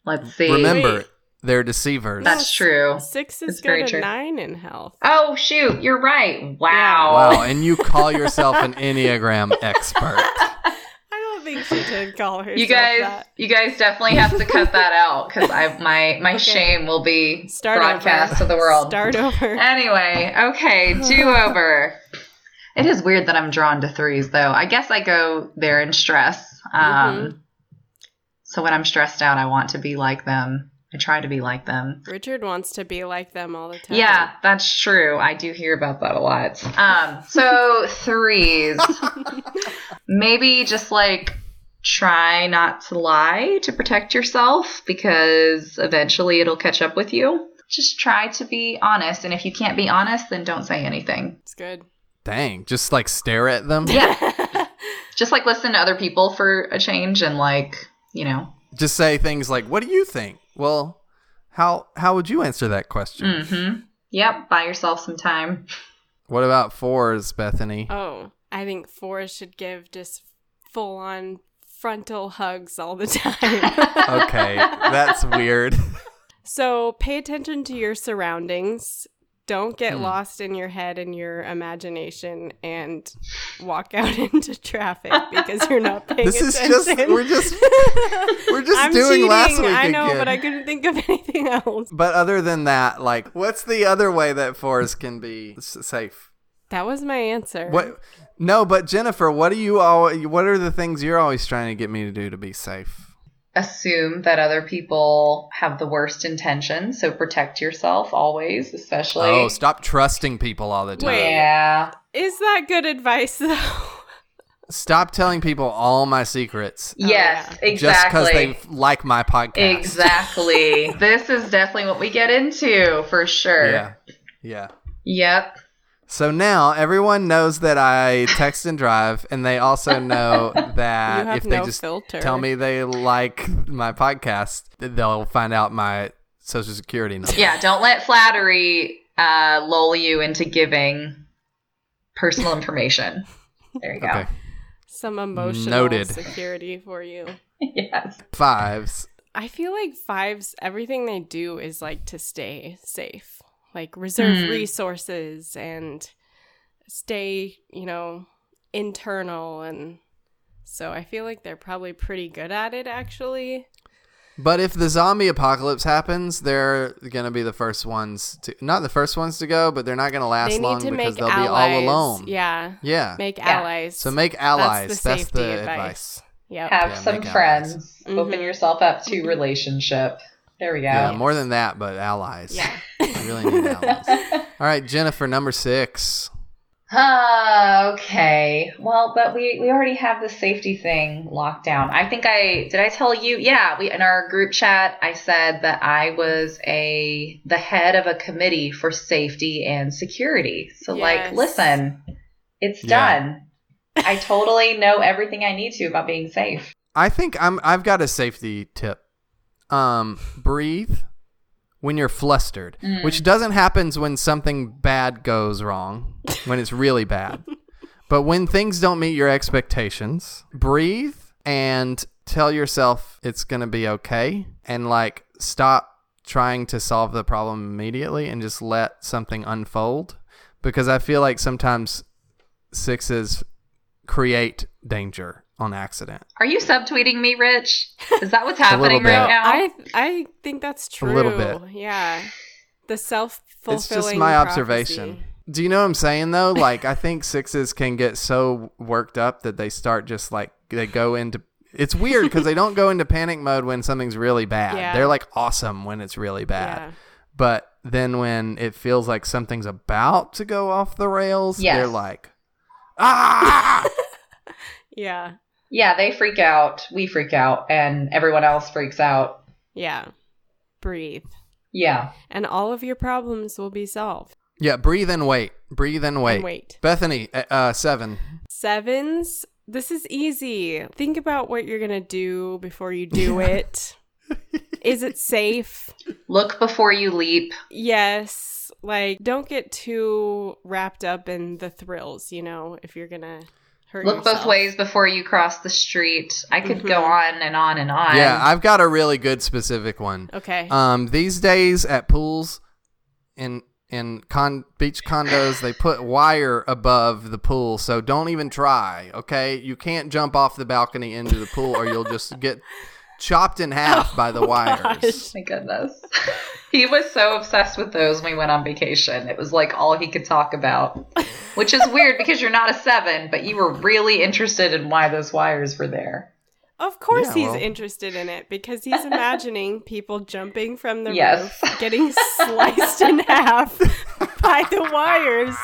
Speaker 6: Let's see.
Speaker 2: Hmm. Remember,
Speaker 3: Wait.
Speaker 2: they're deceivers.
Speaker 6: that's true.
Speaker 3: Sixes
Speaker 6: It's
Speaker 3: go
Speaker 6: very
Speaker 3: to
Speaker 6: true.
Speaker 3: nine in health.
Speaker 6: Oh shoot, you're right. Wow.
Speaker 2: Wow, and you call yourself an Enneagram expert.
Speaker 3: I don't think she did call herself
Speaker 6: You guys,
Speaker 3: that.
Speaker 6: you guys definitely have to cut that out because I my my shame will be
Speaker 3: Start
Speaker 6: broadcast
Speaker 3: over.
Speaker 6: to the world.
Speaker 3: Start over.
Speaker 6: Anyway, okay, do over. It is weird that I'm drawn to threes, though. I guess I go there in stress. Um,
Speaker 3: Mm-hmm.
Speaker 6: So when I'm stressed out, I want to be like them. I try to be like them.
Speaker 3: Richard wants to be like them all the time.
Speaker 6: Yeah, that's true. I do hear about that a lot. Um, so threes, maybe just like try not to lie to protect yourself because eventually it'll catch up with you. Just try to be honest, and if you can't be honest, then don't say anything.
Speaker 3: It's good.
Speaker 2: Dang, just like stare at them.
Speaker 6: Yeah, just like listen to other people for a change, and like you know,
Speaker 2: Just say things like, "What do you think?" Well, how how would you answer that question?
Speaker 6: mm-hmm. yep, buy yourself some time.
Speaker 2: What about fours, Bethany?
Speaker 3: Oh, I think fours should give just full on frontal hugs all the time.
Speaker 2: Okay, that's weird.
Speaker 3: so pay attention to your surroundings. Don't
Speaker 2: Hmm.
Speaker 3: get lost in your head and your imagination and walk out into traffic because you're not paying
Speaker 2: this is
Speaker 3: attention.
Speaker 2: just we're just we're just
Speaker 3: I'm
Speaker 2: doing
Speaker 3: cheating.
Speaker 2: last week
Speaker 3: I know,
Speaker 2: again.
Speaker 3: but I couldn't think of anything else.
Speaker 2: But other than that, like, what's the other way that fours can be s- safe?
Speaker 3: That was my answer.
Speaker 2: What? No, but Jennifer, what do you all? What are the things you're always trying to get me to do to be safe?
Speaker 6: assume that other people have the worst intentions, so protect yourself always, especially.
Speaker 2: Oh, stop trusting people all the time.
Speaker 3: Wait. Oh,
Speaker 6: Yeah.
Speaker 3: Is that good advice though?
Speaker 2: Stop telling people all my secrets
Speaker 6: yes,
Speaker 2: just because
Speaker 6: exactly.
Speaker 2: they f- like my podcast.
Speaker 6: Exactly. this is definitely what we get into for sure.
Speaker 2: Yeah. Yeah.
Speaker 6: Yep.
Speaker 2: So now everyone knows that I text and drive, and they also know
Speaker 3: You
Speaker 2: that
Speaker 3: have
Speaker 2: Uh, if they
Speaker 3: no
Speaker 2: just
Speaker 3: filter.
Speaker 2: tell me they like my podcast, they'll find out my social security number.
Speaker 6: Yeah, don't let flattery uh, lull you into giving personal information. There you go.
Speaker 2: Okay.
Speaker 3: Some emotional
Speaker 2: Noted.
Speaker 3: security for you.
Speaker 6: yes.
Speaker 2: Fives.
Speaker 3: I feel like fives, everything they do is like to stay safe, like reserve
Speaker 6: Hmm.
Speaker 3: resources and stay, you know, internal. And so I feel like they're probably pretty good at it, actually.
Speaker 2: But if the zombie apocalypse happens, they're gonna be the first ones to not the first ones to go, but they're not gonna last
Speaker 3: they
Speaker 2: long
Speaker 3: need to
Speaker 2: because
Speaker 3: make
Speaker 2: they'll
Speaker 3: allies.
Speaker 2: be all alone.
Speaker 3: Yeah.
Speaker 2: Yeah.
Speaker 3: Make
Speaker 6: Yeah.
Speaker 3: allies.
Speaker 2: so make allies. That's the,
Speaker 3: safety
Speaker 2: advice.
Speaker 3: advice. Yep.
Speaker 6: Have
Speaker 2: Yeah,
Speaker 6: some
Speaker 2: make allies.
Speaker 6: friends. Open
Speaker 3: Mhm.
Speaker 6: yourself up to relationship. There we go.
Speaker 2: Yeah. more than that, but allies.
Speaker 3: Yeah.
Speaker 2: You really need allies. All right, Jennifer, number six.
Speaker 6: Ah, okay. Well, but we we already have the safety thing locked down. I think I did I tell you? Yeah, we in our group chat I said that I was a the head of a committee for safety and security. So
Speaker 3: Yes.
Speaker 6: like, listen, it's
Speaker 2: Yeah.
Speaker 6: done. I totally know everything I need to about being safe.
Speaker 2: I think I'm I've got a safety tip. Um, breathe when you're flustered, which doesn't happen when something bad goes wrong, when it's really bad. but when things don't meet your expectations, breathe and tell yourself it's going to be okay and like stop trying to solve the problem immediately and just let something unfold because I feel like sometimes sixes create danger on accident.
Speaker 6: Are you subtweeting me, Rich? Is that what's happening
Speaker 2: bit.
Speaker 6: right now?
Speaker 3: I I think that's true.
Speaker 2: A little bit.
Speaker 3: Yeah. The self fulfilling.
Speaker 2: it's just my observation. Do you know what I'm saying though? Like I think sixes can get so worked up that they start just like they go into it's weird because they don't go into panic mode when something's really bad.
Speaker 3: Yeah.
Speaker 2: They're like awesome when it's really bad.
Speaker 3: Yeah.
Speaker 2: But then when it feels like something's about to go off the rails,
Speaker 6: Yes.
Speaker 2: they're like, ah!
Speaker 3: Yeah.
Speaker 6: yeah, they freak out. We freak out, and everyone else freaks out.
Speaker 3: Yeah. Breathe.
Speaker 6: Yeah.
Speaker 3: And all of your problems will be solved.
Speaker 2: yeah, breathe and wait. Breathe and wait.
Speaker 3: And wait.
Speaker 2: Bethany, uh, uh, seven.
Speaker 3: Sevens. This is easy. Think about what you're going to do before you do it. is it safe?
Speaker 6: Look before you leap.
Speaker 3: Yes. Like, don't get too wrapped up in the thrills, you know, if you're going to hurt
Speaker 6: Look
Speaker 3: yourself.
Speaker 6: both ways before you cross the street. I could go on and on and on.
Speaker 2: Yeah, I've got a really good specific one.
Speaker 3: Okay.
Speaker 2: Um, these days at pools, in in con- beach condos, they put wire above the pool, so don't even try. Okay, you can't jump off the balcony into the pool, or you'll just get chopped in half
Speaker 6: Oh
Speaker 2: by the wires.
Speaker 6: My goodness. he was so obsessed with those when we went on vacation. It was like all he could talk about, which is weird because you're not a seven, but you were really interested in why those wires were there.
Speaker 3: Of course
Speaker 2: Yeah,
Speaker 3: he's
Speaker 2: well-
Speaker 3: interested in it because he's imagining people jumping from the
Speaker 6: Yes.
Speaker 3: roof, getting sliced in half by the wires.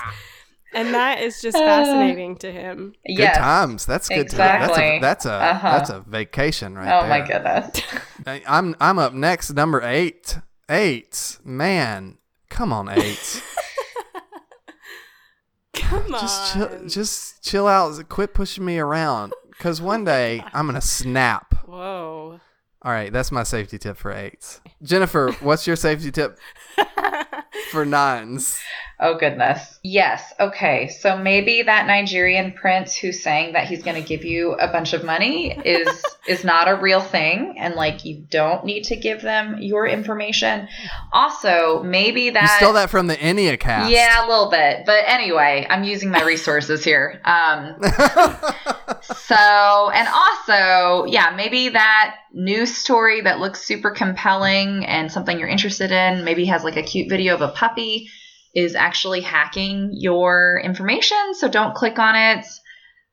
Speaker 3: And that is
Speaker 2: Uh,
Speaker 3: just fascinating to him.
Speaker 6: yes.
Speaker 2: Good times. That's good.
Speaker 6: Exactly.
Speaker 2: Time. That's a that's a,
Speaker 6: Uh-huh.
Speaker 2: that's a vacation right
Speaker 6: Oh
Speaker 2: there.
Speaker 6: my goodness.
Speaker 2: I- I'm I'm up next. Number eight. Eight. Man, come on, eight.
Speaker 3: Come on.
Speaker 2: just chill, just chill out. Quit pushing me around. Cause one day I'm gonna snap.
Speaker 3: Whoa.
Speaker 2: All right, that's my safety tip for eights. Jennifer, what's your safety tip Um, for nines?
Speaker 6: Oh goodness. Yes. Okay. So maybe that Nigerian prince who's saying that he's going to give you a bunch of money is is not a real thing and like you don't need to give them your information. Also, maybe that
Speaker 2: You stole that from the Enneacast. cast.
Speaker 6: Yeah, a little bit. But anyway, I'm using my resources here. Um so, and also, yeah, maybe that news story that looks super compelling and something you're interested in, maybe has like a cute video of a puppy, is actually hacking your information. So don't click on it.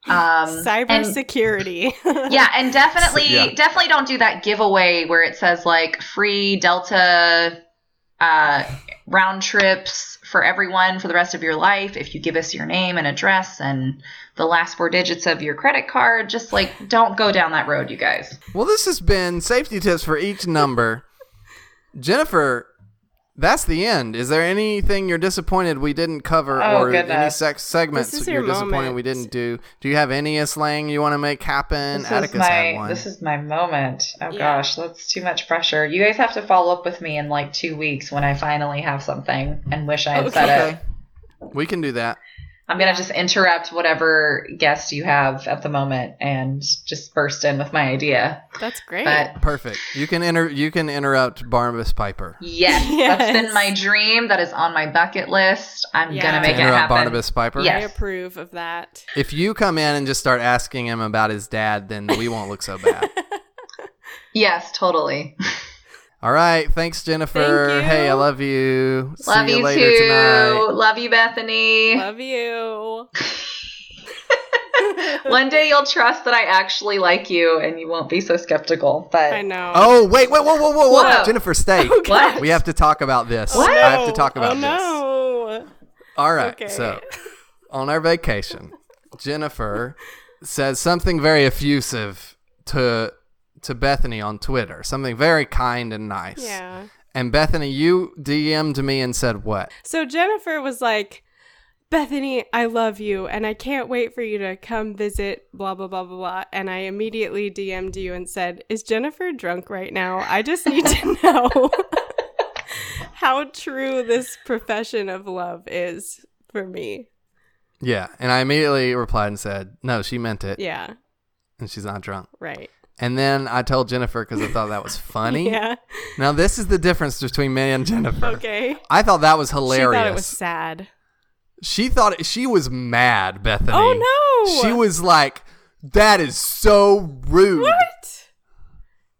Speaker 6: Um, and-
Speaker 3: Cybersecurity.
Speaker 6: yeah, and definitely,
Speaker 2: Yeah.
Speaker 6: definitely don't do that giveaway where it says like free Delta uh, round trips for everyone for the rest of your life if you give us your name and address and the last four digits of your credit card. Just like don't go down that road, you guys.
Speaker 2: Well, this has been safety tips for each number. Jennifer, That's the end. Is there anything you're disappointed we didn't cover,
Speaker 6: Oh,
Speaker 2: or any
Speaker 6: goodness.
Speaker 2: sex
Speaker 3: This
Speaker 2: segments
Speaker 3: is
Speaker 2: you're
Speaker 3: your
Speaker 2: disappointed
Speaker 3: moment.
Speaker 2: we didn't do? Do you have any slang you want to make happen?
Speaker 6: This
Speaker 2: Atticus
Speaker 6: is my
Speaker 2: had one.
Speaker 6: this is my moment. Oh
Speaker 3: Yeah.
Speaker 6: gosh, that's too much pressure. You guys have to follow up with me in like two weeks when I finally have something and wish I had said
Speaker 2: okay.
Speaker 6: it.
Speaker 2: We can do that.
Speaker 6: I'm gonna just interrupt whatever guest you have at the moment and just burst in with my idea.
Speaker 3: That's great.
Speaker 6: But
Speaker 2: Perfect. You can inter- you can interrupt Barnabas Piper.
Speaker 6: yes, that's
Speaker 3: Yes.
Speaker 6: been my dream. That is on my bucket list. I'm
Speaker 3: Yeah. To
Speaker 6: gonna make it
Speaker 2: interrupt
Speaker 6: happen.
Speaker 2: Barnabas Piper.
Speaker 3: I
Speaker 6: Yes.
Speaker 3: approve of that.
Speaker 2: If you come in and just start asking him about his dad, then we won't look so bad.
Speaker 6: Yes, totally.
Speaker 2: All right. Thanks, Jennifer.
Speaker 3: Thank you.
Speaker 2: Hey, I love you.
Speaker 6: Love
Speaker 2: See you,
Speaker 6: you,
Speaker 2: later
Speaker 6: too.
Speaker 2: tonight.
Speaker 6: Love you, Bethany.
Speaker 3: Love you.
Speaker 6: One day you'll trust that I actually like you and you won't be so skeptical. But
Speaker 3: I know.
Speaker 2: Oh wait, wait, whoa, whoa, whoa, whoa,
Speaker 6: Whoa.
Speaker 2: Jennifer, stay.
Speaker 6: what?
Speaker 2: We have to talk about this.
Speaker 6: What?
Speaker 2: I have to talk about
Speaker 3: oh,
Speaker 2: this.
Speaker 3: no.
Speaker 2: All right.
Speaker 3: Okay.
Speaker 2: So, on our vacation, Jennifer says something very effusive to to Bethany on Twitter. Something very kind and nice.
Speaker 3: Yeah.
Speaker 2: And Bethany, you DM'd me and said what?
Speaker 3: So Jennifer was like, Bethany, I love you, and I can't wait for you to come visit, blah, blah, blah, blah, blah. And I immediately DM'd you and said, Is Jennifer drunk right now? I just need to know how true this profession of love is for me.
Speaker 2: Yeah. And I immediately replied and said, "No, she meant it,
Speaker 3: Yeah,
Speaker 2: and she's not drunk."
Speaker 3: right.
Speaker 2: And then I told Jennifer because I thought that was funny.
Speaker 3: Yeah,
Speaker 2: Now this is the difference between me and Jennifer.
Speaker 3: okay.
Speaker 2: I thought that was
Speaker 3: She
Speaker 2: hilarious.
Speaker 3: thought it was sad.
Speaker 2: She thought she was mad, Bethany.
Speaker 3: Oh, no!
Speaker 2: She was like, "That is so rude."
Speaker 3: What?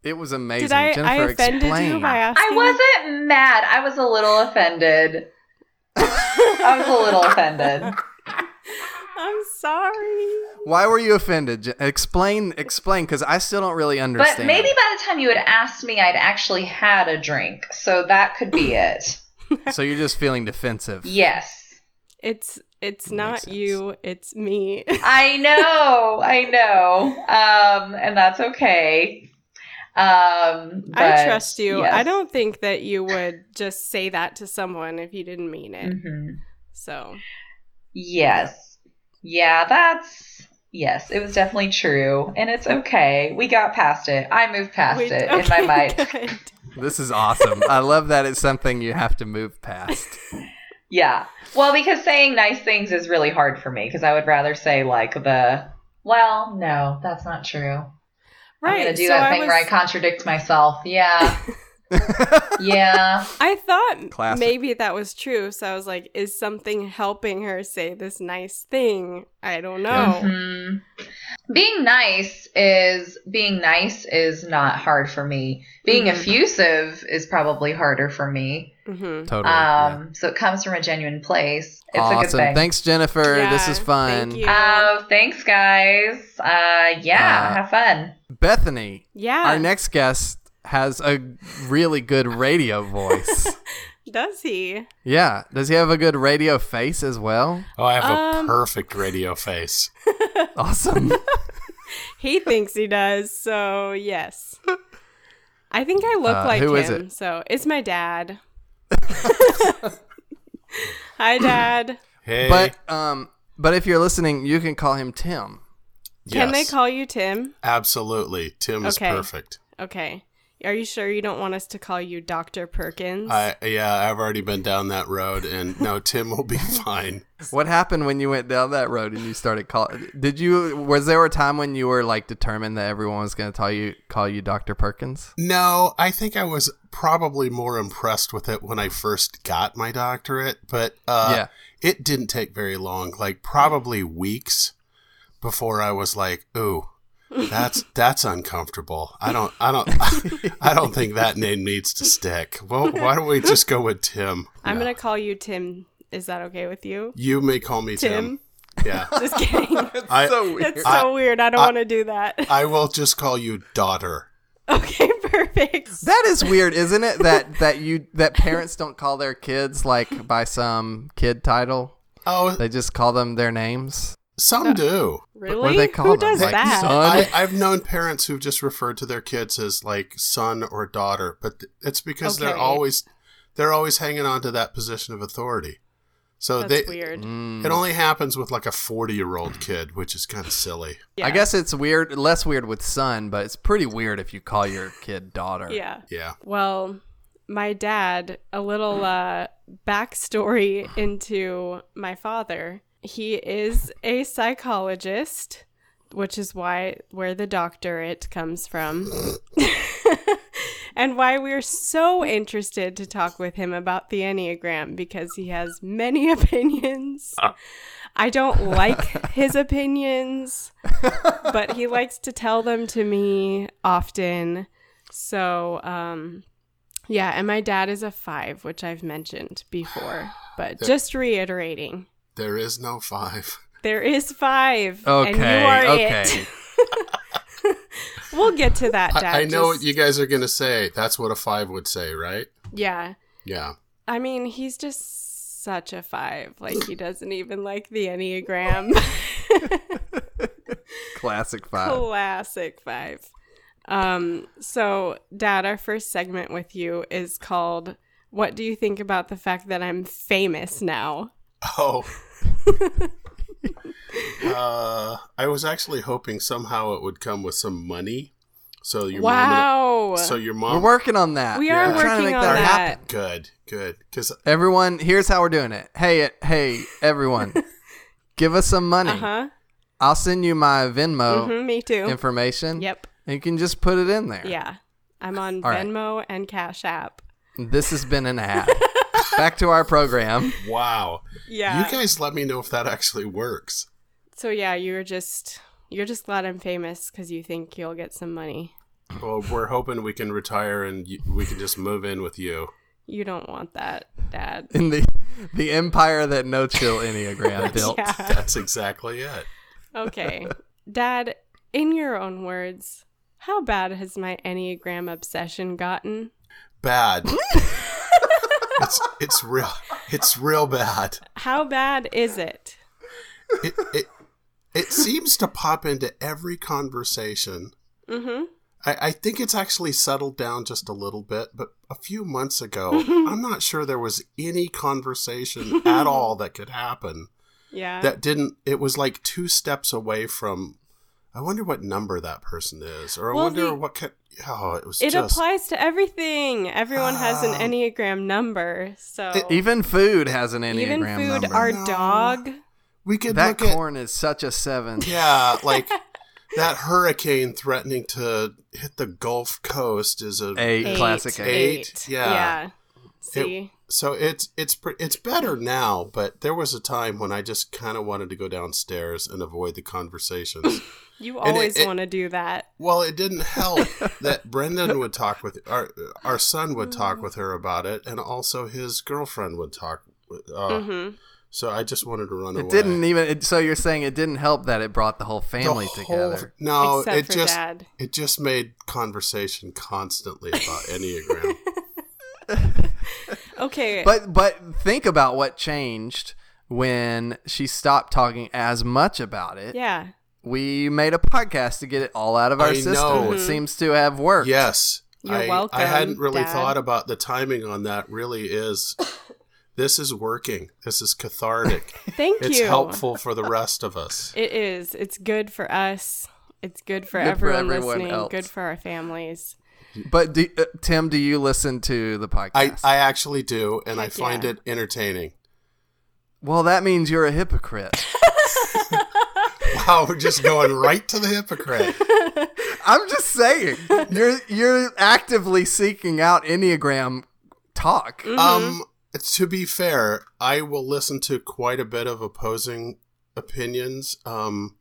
Speaker 2: It was amazing.
Speaker 3: Did I, I
Speaker 2: Jennifer
Speaker 3: offended
Speaker 2: explained.
Speaker 3: you by asking?
Speaker 6: I wasn't mad. I was a little offended. I was a little offended.
Speaker 3: I'm sorry.
Speaker 2: Why were you offended? Je- Explain, explain, because I still don't really understand.
Speaker 6: But maybe by the time you had asked me, I'd actually had a drink. So that could be it.
Speaker 2: so you're just feeling defensive.
Speaker 6: Yes.
Speaker 3: It's it's
Speaker 2: Makes
Speaker 3: not
Speaker 2: sense.
Speaker 3: you, it's me.
Speaker 6: I know. I know. Um, and that's okay. Um,
Speaker 3: I
Speaker 6: but
Speaker 3: trust you.
Speaker 6: yes.
Speaker 3: I don't think that you would just say that to someone if you didn't mean it.
Speaker 6: Mhm.
Speaker 3: So
Speaker 6: Yes. Yeah, that's yes, it was definitely true. And it's okay. We got past it. I moved past
Speaker 3: we-
Speaker 6: it in my
Speaker 3: okay,
Speaker 6: mind.
Speaker 3: good.
Speaker 2: This is awesome. I love that it's something you have to move past.
Speaker 6: Yeah. Well, because saying nice things is really hard for me because I would rather say like the well, no, that's not true.
Speaker 3: Right.
Speaker 6: I'm gonna do
Speaker 3: so
Speaker 6: that
Speaker 3: I,
Speaker 6: thing
Speaker 3: was,
Speaker 6: where I contradict myself. Yeah. yeah.
Speaker 3: I thought
Speaker 2: Classic.
Speaker 3: maybe that was true. So I was like, is something helping her say this nice thing? I don't know.
Speaker 6: Mhm. Being nice is being nice is not hard for me. Being
Speaker 3: Mhm.
Speaker 6: effusive is probably harder for me.
Speaker 3: Mhm.
Speaker 2: Totally. yeah.
Speaker 6: Um, so it comes from a genuine place. It's a good
Speaker 2: awesome.
Speaker 6: thing.
Speaker 2: Thanks, Jennifer. this
Speaker 3: Yeah,
Speaker 2: is fun.
Speaker 3: thank you.
Speaker 6: Oh, thanks, guys. Uh, yeah,
Speaker 2: Uh,
Speaker 6: have fun.
Speaker 2: Bethany,
Speaker 3: Yeah.
Speaker 2: our next guest has a really good radio voice.
Speaker 3: Does he?
Speaker 2: Yeah. Does he have a good radio face as well?
Speaker 7: Oh, I have
Speaker 3: Um,
Speaker 7: a perfect radio face.
Speaker 2: Awesome.
Speaker 3: He thinks he does. So yes. I think I look
Speaker 2: Uh,
Speaker 3: like
Speaker 2: who
Speaker 3: him.
Speaker 2: is it?
Speaker 3: So it's my dad. Hi, Dad.
Speaker 7: Hey,
Speaker 2: but um but if you're listening, you can call him Tim.
Speaker 3: Can they
Speaker 7: yes,
Speaker 3: call you Tim?
Speaker 7: Absolutely, Tim is
Speaker 3: Okay.
Speaker 7: perfect.
Speaker 3: Okay. Are you sure you don't want us to call you Dr. Perkins?
Speaker 7: I yeah, I've already been down that road, and no, Tim will be fine.
Speaker 2: What happened when you went down that road and you started calling? Did you was there a time when you were like determined that everyone was going to call you call you Dr. Perkins?
Speaker 7: No, I think I was probably more impressed with it when I first got my doctorate, but uh,
Speaker 2: yeah.
Speaker 7: it didn't take very long, like probably weeks before I was like, "Ooh, that's that's uncomfortable. I don't I don't I don't think that name needs to stick. Well, why don't we just go with Tim?
Speaker 3: am going to call you Tim. Is that okay with you?
Speaker 7: You may call me Tim.
Speaker 3: Tim?
Speaker 7: Yeah.
Speaker 3: Just kidding.
Speaker 7: I
Speaker 3: That's so
Speaker 7: I-
Speaker 3: weird. I don't
Speaker 7: I-
Speaker 3: want to do that.
Speaker 7: I will just call you daughter.
Speaker 3: okay, perfect.
Speaker 2: That is weird, isn't it? That that you that parents don't call their kids like by some kid title.
Speaker 7: Oh,
Speaker 2: They just call them their names.
Speaker 7: some do.
Speaker 3: really?
Speaker 2: do they call
Speaker 3: Who
Speaker 2: them?
Speaker 3: does
Speaker 2: Like,
Speaker 3: that?
Speaker 2: son?
Speaker 7: I, I've known parents who've just referred to their kids as like son or daughter, but th- it's because they're
Speaker 3: Okay.
Speaker 7: always They're always hanging on to that position of authority. So
Speaker 3: That's
Speaker 7: they
Speaker 3: weird.
Speaker 2: Mm.
Speaker 7: it only happens with like a 40-year-old kid, which is kind of silly.
Speaker 2: I guess it's weird, less weird with son, but it's pretty weird if you call your kid daughter.
Speaker 3: Yeah.
Speaker 7: Yeah.
Speaker 3: Well, my dad, a little uh, backstory into my father. He is a psychologist, which is why where the doctorate comes from, and why we're so interested to talk with him about the enneagram because he has many opinions. I don't like his opinions, but he likes to tell them to me often. So, um, yeah, and my dad is a five, which I've mentioned before, but just reiterating,
Speaker 7: There is no 5.
Speaker 3: there is five,
Speaker 2: Okay.
Speaker 3: and you are
Speaker 2: okay.
Speaker 3: it. We'll get to that, Dad.
Speaker 7: I, I know
Speaker 3: just-
Speaker 7: what you guys are going to say. That's what a 5 would say, right?
Speaker 3: Yeah,
Speaker 7: Yeah.
Speaker 3: I mean, he's just such a five. Like he doesn't even like the enneagram.
Speaker 2: Classic five.
Speaker 7: Uh.
Speaker 3: Classic five. Um, so, Dad, our first segment with you is called What Do You Think About the Fact That I'm Famous Now?
Speaker 7: Oh. uh, I was actually hoping somehow it would come with some money. So your mom
Speaker 3: wow.
Speaker 7: and, so your
Speaker 2: We're
Speaker 7: mom
Speaker 2: working on that.
Speaker 3: we are
Speaker 7: Yeah.
Speaker 2: We're trying to
Speaker 3: working
Speaker 2: make
Speaker 3: on
Speaker 2: that
Speaker 3: that.
Speaker 2: happen.
Speaker 7: good, good cuz
Speaker 2: Everyone, here's how we're doing it. Hey, it- hey, everyone, give us some money.
Speaker 3: Uh huh.
Speaker 2: I'll send you my Venmo
Speaker 3: hmm me too.
Speaker 2: information.
Speaker 3: Yep.
Speaker 2: And you can just put it in there.
Speaker 3: Yeah. I'm on
Speaker 2: All right.
Speaker 3: Venmo and Cash App.
Speaker 2: This has been an ad. Back to our program.
Speaker 7: wow.
Speaker 3: Yeah.
Speaker 7: You guys let me know if that actually works.
Speaker 3: so yeah, you're just you're just glad I'm famous because you think you'll get some money.
Speaker 7: Well, we're hoping we can retire and y- we can just move in with you.
Speaker 3: You don't want that, Dad.
Speaker 2: In the the empire that no chill Enneagram built.
Speaker 3: Yeah.
Speaker 7: That's exactly it.
Speaker 3: Okay. Dad, in your own words, how bad has my Enneagram obsession gotten?
Speaker 7: Bad. it's it's real. It's real bad.
Speaker 3: How bad is it?
Speaker 7: It it it seems to pop into every conversation.
Speaker 3: Mm-hmm.
Speaker 7: I, I think it's actually settled down just a little bit, but a few months ago, I'm not sure there was any conversation at all that could happen
Speaker 3: Yeah.
Speaker 7: that didn't. It was like two steps away from. I wonder what number that person is, or
Speaker 3: Well,
Speaker 7: I wonder
Speaker 3: the-
Speaker 7: what kind. Oh, it was
Speaker 3: it
Speaker 7: just.
Speaker 3: applies to everything. Everyone has an
Speaker 7: Ah. E-,
Speaker 3: Enneagram number, so
Speaker 2: Even food has an Enneagram
Speaker 3: even food,
Speaker 2: number.
Speaker 3: our
Speaker 7: No.
Speaker 3: dog.
Speaker 7: we could
Speaker 2: that
Speaker 7: look
Speaker 2: corn is such a seven.
Speaker 7: at yeah, like that hurricane threatening to hit the Gulf Coast is a
Speaker 2: A classic eight.
Speaker 7: Eight, yeah.
Speaker 3: Yeah. See?
Speaker 7: So it's it's pre- it's better now, but there was a time when I just kind of wanted to go downstairs and avoid the conversations.
Speaker 3: You
Speaker 7: And it-
Speaker 3: always
Speaker 7: it-
Speaker 3: want to do that.
Speaker 7: well, it didn't help that Brendan would talk with our our son would
Speaker 2: Mm.
Speaker 7: talk with her about it, and also his girlfriend would talk. with- Uh,
Speaker 3: hmm
Speaker 7: So I just wanted to run away.
Speaker 2: It didn't even. It, so you're saying it didn't help that it brought the whole family
Speaker 7: The whole-
Speaker 2: together.
Speaker 7: No,
Speaker 3: Except
Speaker 7: Oh, it
Speaker 3: for
Speaker 7: just
Speaker 3: Dad.
Speaker 7: it just made conversation constantly about enneagram.
Speaker 3: Okay.
Speaker 2: But but think about what changed when she stopped talking as much about it.
Speaker 3: yeah.
Speaker 2: We made a podcast to get it all out of our
Speaker 7: I
Speaker 2: system.
Speaker 7: know.
Speaker 3: Mm-hmm.
Speaker 2: It seems to have worked.
Speaker 7: Yes.
Speaker 3: You're
Speaker 7: I,
Speaker 3: welcome,
Speaker 7: I hadn't really
Speaker 3: Dad.
Speaker 7: thought about the timing on that. Really is. this is working. This is cathartic.
Speaker 3: Thank
Speaker 7: it's
Speaker 3: you.
Speaker 7: helpful for the rest of us.
Speaker 3: It is. It's good for us. It's good for
Speaker 2: Good for
Speaker 3: everyone,
Speaker 2: everyone
Speaker 3: listening.
Speaker 2: else.
Speaker 3: Good for our families.
Speaker 2: But do, uh, Tim, do you listen to the podcast?
Speaker 7: I, I actually do, and I
Speaker 3: Heck
Speaker 7: find
Speaker 3: yeah.
Speaker 7: it entertaining.
Speaker 2: well, that means you're a hypocrite.
Speaker 7: Wow, we're just going right to the hypocrite.
Speaker 2: I'm just saying, you're you're actively seeking out enneagram talk.
Speaker 3: Mm-hmm.
Speaker 7: Um, to be fair, I will listen to quite a bit of opposing opinions. Um,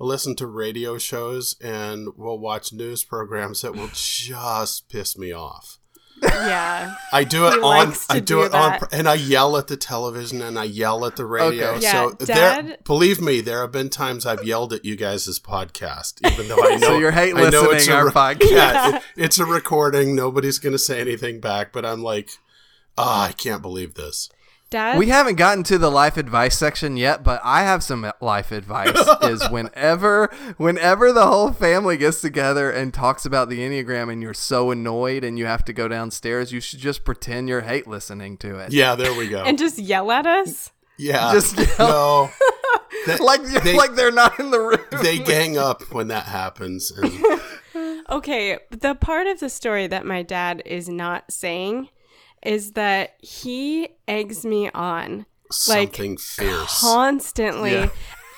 Speaker 7: I'll listen to radio shows and we'll watch news programs that will just piss me off.
Speaker 3: Yeah.
Speaker 7: I do it
Speaker 3: He
Speaker 7: on.
Speaker 3: likes to
Speaker 7: I do,
Speaker 3: do
Speaker 7: it on,
Speaker 3: that.
Speaker 7: pr- and I yell at the television and I yell at the radio.
Speaker 2: Okay.
Speaker 3: Yeah,
Speaker 7: so there,
Speaker 3: Dad-
Speaker 7: believe me, there have been times I've yelled at you guys' podcast, even though I know
Speaker 2: So you're hate
Speaker 7: I know it's
Speaker 2: listening
Speaker 7: a
Speaker 2: our
Speaker 7: re-
Speaker 2: podcast.
Speaker 7: Yeah, it- it's a recording. Nobody's going to say anything back, but I'm like, ah, I can't believe this.
Speaker 3: Dad,
Speaker 2: We haven't gotten to the life advice section yet, but I have some life advice is whenever whenever the whole family gets together and talks about the Enneagram and you're so annoyed and you have to go downstairs, you should just pretend you're hate listening to it.
Speaker 7: Yeah, there we go.
Speaker 3: and just yell at us.
Speaker 7: yeah,
Speaker 2: just
Speaker 7: no. That-
Speaker 2: Like
Speaker 7: They-
Speaker 2: like they're not in the room.
Speaker 7: they gang up when that happens. And
Speaker 3: Okay, the part of the story that my dad is not saying is that he eggs me on
Speaker 7: something fierce.
Speaker 3: constantly.
Speaker 2: Yeah.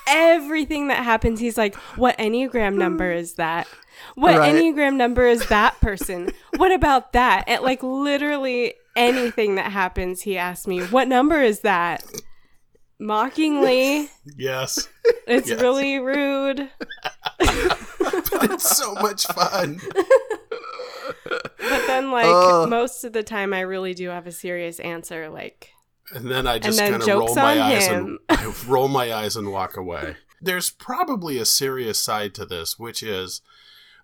Speaker 3: Everything that happens, he's like, What Enneagram
Speaker 7: Hmm.
Speaker 3: number is that? What
Speaker 2: Right.
Speaker 3: Enneagram number is that person? what about that? And like literally anything that happens, he asks me, What number is that? Mockingly.
Speaker 7: yes,
Speaker 3: It's
Speaker 7: Yes.
Speaker 3: really rude.
Speaker 7: it's so much fun.
Speaker 3: But then, like,
Speaker 7: Uh.
Speaker 2: Oh.
Speaker 3: most of the time, I really do have a serious answer. Like,
Speaker 7: And then I just
Speaker 3: then
Speaker 7: kind of
Speaker 3: joke's
Speaker 7: roll my
Speaker 3: on
Speaker 7: eyes
Speaker 3: him.
Speaker 7: and I roll my eyes and walk away. There's probably a serious side to this, which is,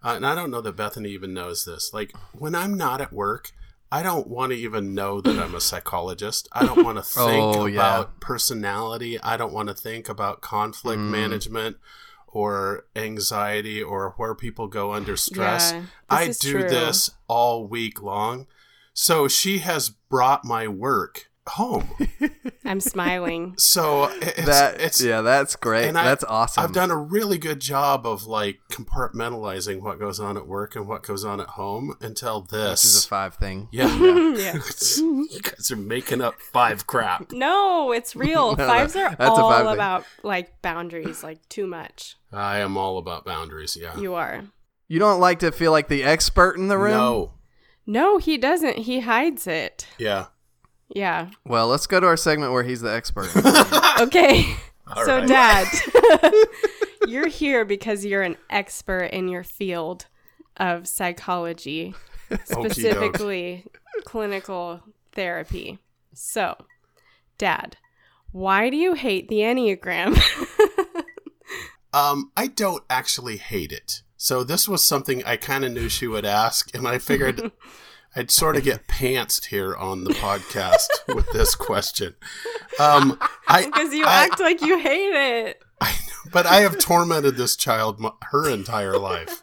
Speaker 7: uh, and I don't know that Bethany even knows this. Like when I'm not at work, I don't want to even know that I'm a psychologist. I don't want to think
Speaker 2: Oh,
Speaker 7: about
Speaker 2: yeah.
Speaker 7: personality. I don't want to think about conflict
Speaker 2: Mm.
Speaker 7: management or anxiety or where people go under stress.
Speaker 3: Yeah, this
Speaker 7: I
Speaker 3: is
Speaker 7: do
Speaker 3: true.
Speaker 7: this all week long. So she has brought my work home.
Speaker 3: I'm smiling.
Speaker 7: So it's,
Speaker 2: that
Speaker 7: it's
Speaker 2: yeah, that's great.
Speaker 7: I-
Speaker 2: that's awesome.
Speaker 7: I've done a really good job of like compartmentalizing what goes on at work and what goes on at home until
Speaker 2: this is
Speaker 7: this.
Speaker 2: a five thing.
Speaker 7: yeah,
Speaker 3: yeah.
Speaker 7: It's- you guys are making up five crap.
Speaker 3: No, it's real.
Speaker 2: No,
Speaker 3: Fives are
Speaker 2: that's a
Speaker 3: all
Speaker 2: five thing.
Speaker 3: about like boundaries, like too much.
Speaker 7: I am all about boundaries. Yeah,
Speaker 3: You are.
Speaker 2: You don't like to feel like the expert in the room?
Speaker 7: no,
Speaker 3: No, he doesn't. He hides it.
Speaker 7: yeah,
Speaker 3: Yeah.
Speaker 2: Well, let's go to our segment where he's the expert.
Speaker 3: Okay.
Speaker 7: All
Speaker 3: so,
Speaker 7: right.
Speaker 3: Dad, you're here because you're an expert in your field of psychology,
Speaker 7: doke.
Speaker 3: specifically clinical therapy. So, Dad, why do you hate the Enneagram?
Speaker 7: Um, I don't actually hate it. So this was something I kind of knew she would ask, and I figured I'd sort of get pantsed here on the podcast with this question. Um, I
Speaker 3: Because you
Speaker 7: I-
Speaker 3: act like you hate it.
Speaker 7: I know, but I have tormented this child m- her entire life.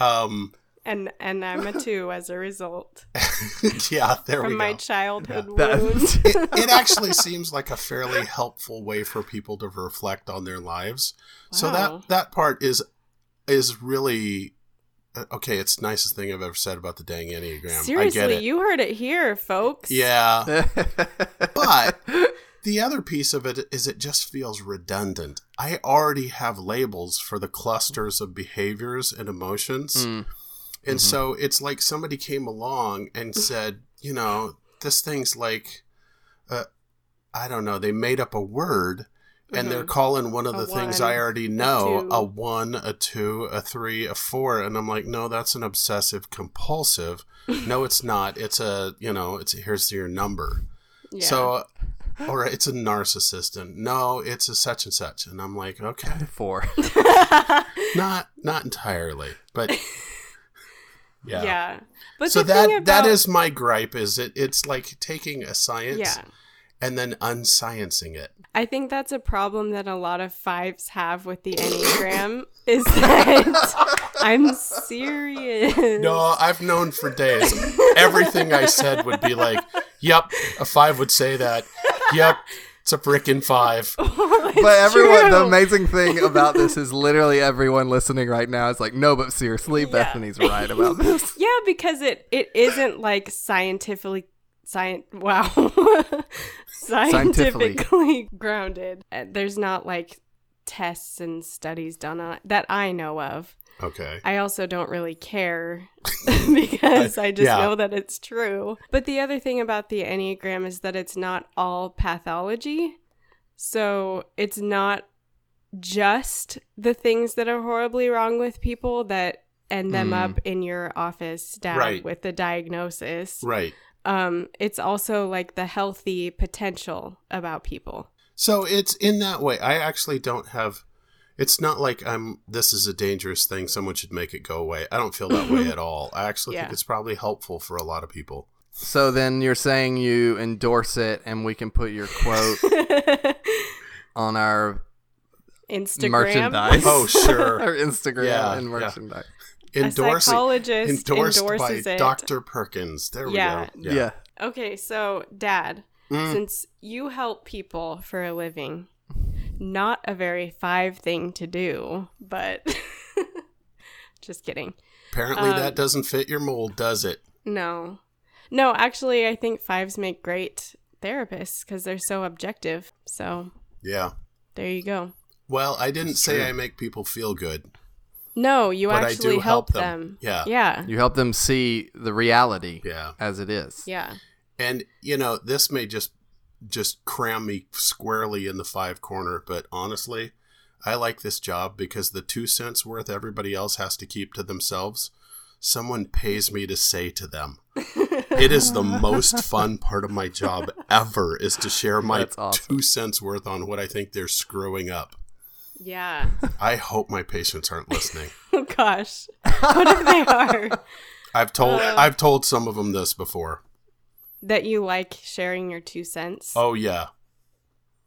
Speaker 7: Um,
Speaker 3: And and I'm a two as a result
Speaker 7: yeah, there
Speaker 3: from
Speaker 7: we
Speaker 3: my
Speaker 7: go.
Speaker 3: childhood
Speaker 2: That-
Speaker 3: wounds.
Speaker 7: it, it actually seems like a fairly helpful way for people to reflect on their lives. So
Speaker 3: Wow.
Speaker 7: that that part is is really uh, okay. It's the nicest thing I've ever said about the dang enneagram. I get
Speaker 3: Seriously,
Speaker 7: it.
Speaker 3: you heard it here, folks.
Speaker 7: yeah, But the other piece of it is it just feels redundant. I already have labels for the clusters of behaviors and emotions.
Speaker 2: Mm.
Speaker 3: Mm-hmm.
Speaker 7: And so it's like somebody came along and
Speaker 3: Mm.
Speaker 7: said, you know, this thing's like, uh, I don't know, they made up a word and they're calling one of
Speaker 3: Mm-hmm. A
Speaker 7: the things
Speaker 3: one,
Speaker 7: I already
Speaker 3: a
Speaker 7: know
Speaker 3: two.
Speaker 7: a one, a two, a three, a four. And I'm like, no, that's an obsessive compulsive. No, it's not. It's a, you know, it's here's your number.
Speaker 3: Yeah.
Speaker 7: So, uh, or it's a narcissist, and no, it's a such and such, and I'm like, okay,
Speaker 2: Four.
Speaker 7: not not entirely, but yeah.
Speaker 3: yeah. But
Speaker 7: so
Speaker 3: the
Speaker 7: that
Speaker 3: thing about,
Speaker 7: that is my gripe is it it's like taking a science
Speaker 3: yeah.
Speaker 7: and then unsciencing it.
Speaker 3: I think that's a problem that a lot of fives have with the Enneagram is that I'm serious.
Speaker 7: No, I've known for days. Everything I said would be like, "Yep, a five would say that. Yep, it's a frickin' five.
Speaker 2: but everyone, the
Speaker 3: true.
Speaker 2: amazing thing about this is literally everyone listening right now is like, no, but seriously, Bethany's right about this.
Speaker 3: Yeah, because it it isn't like scientifically science wow
Speaker 2: Scientifically.
Speaker 3: scientifically grounded. Uh, There's not like tests and studies done on that I know of.
Speaker 7: Okay,
Speaker 3: I also don't really care because I just
Speaker 7: Yeah.
Speaker 3: know that it's true. But the other thing about the Enneagram is that it's not all pathology. So it's not just the things that are horribly wrong with people that end them
Speaker 2: Mm.
Speaker 3: up in your office down
Speaker 7: Right.
Speaker 3: with the diagnosis.
Speaker 7: right.
Speaker 3: Um, it's also like the healthy potential about people.
Speaker 7: So it's in that way. I actually don't have. It's not like I'm. This is a dangerous thing. Someone should make it go away. I don't feel that way at all. I actually
Speaker 3: Yeah.
Speaker 7: think it's probably helpful for a lot of people.
Speaker 2: So then you're saying you endorse it, and we can put your quote on our
Speaker 3: Instagram.
Speaker 2: merchandise.
Speaker 7: Oh, sure.
Speaker 2: our Instagram
Speaker 7: Yeah,
Speaker 2: and
Speaker 7: yeah.
Speaker 2: merchandise.
Speaker 3: A
Speaker 7: Endorsing.
Speaker 3: psychologist
Speaker 7: Endorsed by
Speaker 3: endorses it.
Speaker 7: Dr. Perkins. There
Speaker 3: Yeah.
Speaker 7: we go.
Speaker 2: Yeah.
Speaker 3: Okay, so dad,
Speaker 7: Mm.
Speaker 3: since you help people for a living, not a very five thing to do, but just kidding.
Speaker 7: Apparently,
Speaker 3: Um,
Speaker 7: that doesn't fit your mold, does it?
Speaker 3: No. No, actually, I think fives make great therapists because they're so objective. So
Speaker 7: Yeah.
Speaker 3: there you go.
Speaker 7: Well, I didn't
Speaker 2: That's
Speaker 7: say
Speaker 2: true.
Speaker 7: I make people feel good,
Speaker 3: No, you
Speaker 7: but I
Speaker 3: actually
Speaker 7: do
Speaker 3: help
Speaker 7: help them.
Speaker 3: them.
Speaker 7: Yeah.
Speaker 3: Yeah.
Speaker 2: You help them see the reality
Speaker 7: Yeah.
Speaker 2: as it is.
Speaker 3: Yeah.
Speaker 7: And you know, this may just just cram me squarely in the five corner, but honestly, I like this job because the two cents worth everybody else has to keep to themselves, someone pays me to say to them. it is the most fun part of my job ever is to share my
Speaker 2: That's awesome.
Speaker 7: two cents worth on what I think they're screwing up.
Speaker 3: Yeah.
Speaker 7: I hope my patients aren't listening.
Speaker 3: Oh, gosh. What if they are?
Speaker 7: I've told I've told some of them this before.
Speaker 3: that you like sharing your two cents.
Speaker 7: Oh yeah.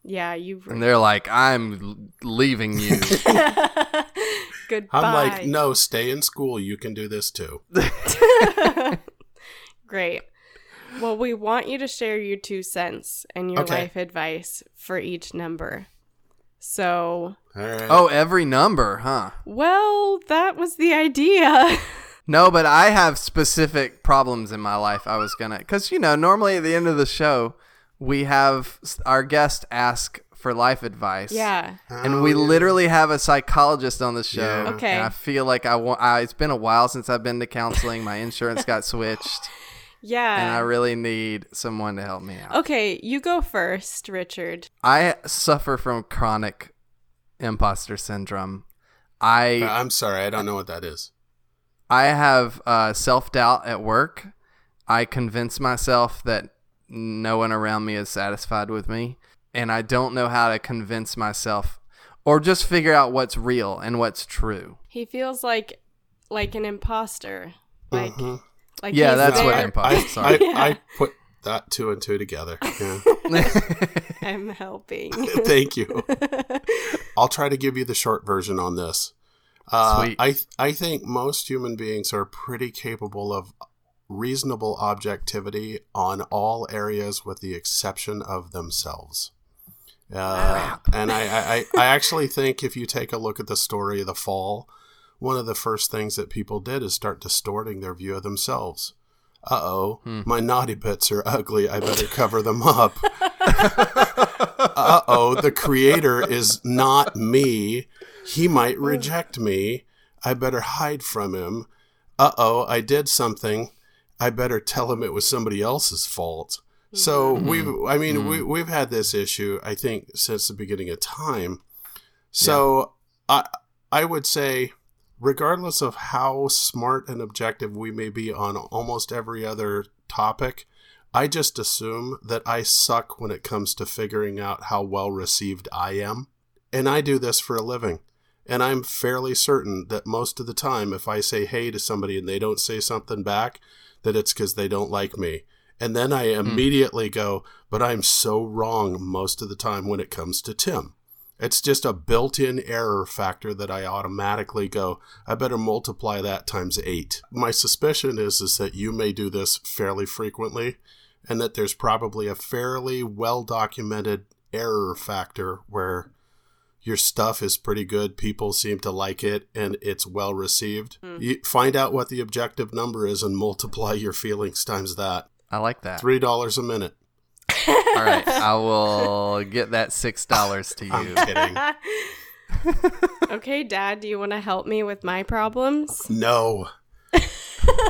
Speaker 3: Yeah, you.
Speaker 2: And they're like, I'm l- leaving you.
Speaker 3: Goodbye.
Speaker 7: I'm like, "No, stay in school. You can do this too."
Speaker 3: Great. Well, we want you to share your two cents and your
Speaker 7: Okay.
Speaker 3: life advice for each number. So,
Speaker 7: All right.
Speaker 2: oh, every number, huh?
Speaker 3: well, that was the idea.
Speaker 2: No, but I have specific problems in my life. I was gonna, because you know, normally at the end of the show, we have s- our guest ask for life advice.
Speaker 3: yeah.
Speaker 2: and we literally have a psychologist on the show.
Speaker 7: Yeah.
Speaker 3: Okay.
Speaker 2: And I feel like I want. I, it's been a while since I've been to counseling. My insurance got switched, and I
Speaker 3: Yeah.
Speaker 2: really need someone to help me out.
Speaker 3: okay, you go first, Richard.
Speaker 2: I suffer from chronic imposter syndrome. I
Speaker 7: Uh, I'm sorry, I don't know what that is.
Speaker 2: I have uh, self doubt at work. I convince myself that no one around me is satisfied with me, and I don't know how to convince myself or just figure out what's real and what's true.
Speaker 3: He feels like like an imposter. Like
Speaker 7: Mhm.
Speaker 3: like
Speaker 2: Mm-hmm. Yeah,
Speaker 3: he's
Speaker 2: that's
Speaker 3: there.
Speaker 2: what
Speaker 7: I-
Speaker 2: I'm-
Speaker 7: I,
Speaker 2: Sorry.
Speaker 7: I, I put that two and two together. Yeah.
Speaker 3: I'm helping.
Speaker 7: Thank you. I'll try to give you the short version on this. Uh,
Speaker 2: Sweet.
Speaker 7: I I think most human beings are pretty capable of reasonable objectivity on all areas, with the exception of themselves. Uh, and I, I, I- I actually think if you take a look at the story of the fall, one of the first things that people did is start distorting their view of themselves. Uh oh, my naughty bits are ugly. I better cover them up. uh oh, the creator is not me. He might reject me. I better hide from him. Uh oh, I did something. I better tell him it was somebody else's fault. So we've, I mean, we, we've had this issue, I think, since the beginning of time. So I, I would say, regardless of how smart and objective we may be on almost every other topic, I just assume that I suck when it comes to figuring out how well received I am. And I do this for a living. And I'm fairly certain that most of the time, if I say hey to somebody and they don't say something back, that it's because they don't like me. And then I immediately go, but I'm so wrong most of the time when it comes to Tim. It's just a built in error factor that I automatically go, I better multiply that times eight. My suspicion is, is that you may do this fairly frequently and that there's probably a fairly well documented error factor where your stuff is pretty good, people seem to like it, and it's well received.
Speaker 3: Hmm.
Speaker 7: You find out what the objective number is and multiply your feelings times that.
Speaker 2: I like that.
Speaker 7: $3 a minute.
Speaker 2: All right, I will get that six dollars to
Speaker 7: I'm
Speaker 2: you.
Speaker 7: kidding.
Speaker 3: okay, dad, do you want to help me with my problems?
Speaker 7: No.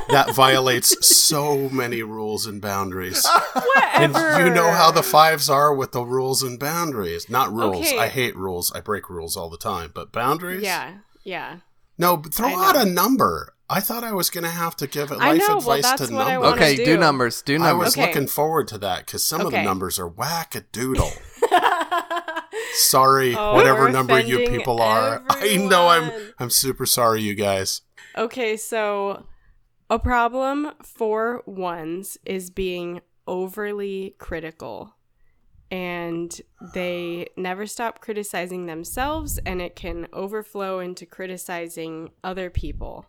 Speaker 7: that violates so many rules and boundaries. And you know how the fives are with the rules and boundaries. Not rules.
Speaker 3: Okay.
Speaker 7: I hate rules. I break rules all the time. But boundaries?
Speaker 3: Yeah, yeah.
Speaker 7: No, but throw
Speaker 3: I know.
Speaker 7: out a number. I thought I was going to have to give
Speaker 3: I
Speaker 7: life
Speaker 3: know, well,
Speaker 7: advice
Speaker 3: that's
Speaker 7: to
Speaker 3: what I
Speaker 7: numbers.
Speaker 3: wanna
Speaker 2: Okay, do.
Speaker 3: do.
Speaker 2: numbers. Do
Speaker 7: I
Speaker 2: numbers.
Speaker 7: was
Speaker 3: Okay.
Speaker 7: looking forward to that because some of the
Speaker 3: Okay.
Speaker 7: numbers are whack-a-doodle. sorry,
Speaker 3: Oh,
Speaker 7: whatever
Speaker 3: we're
Speaker 7: number you
Speaker 3: offending
Speaker 7: people are. I know I'm
Speaker 3: everyone.
Speaker 7: I'm super sorry, you guys.
Speaker 3: Okay, so A problem for ones is being overly critical. And they never stop criticizing themselves, and it can overflow into criticizing other people.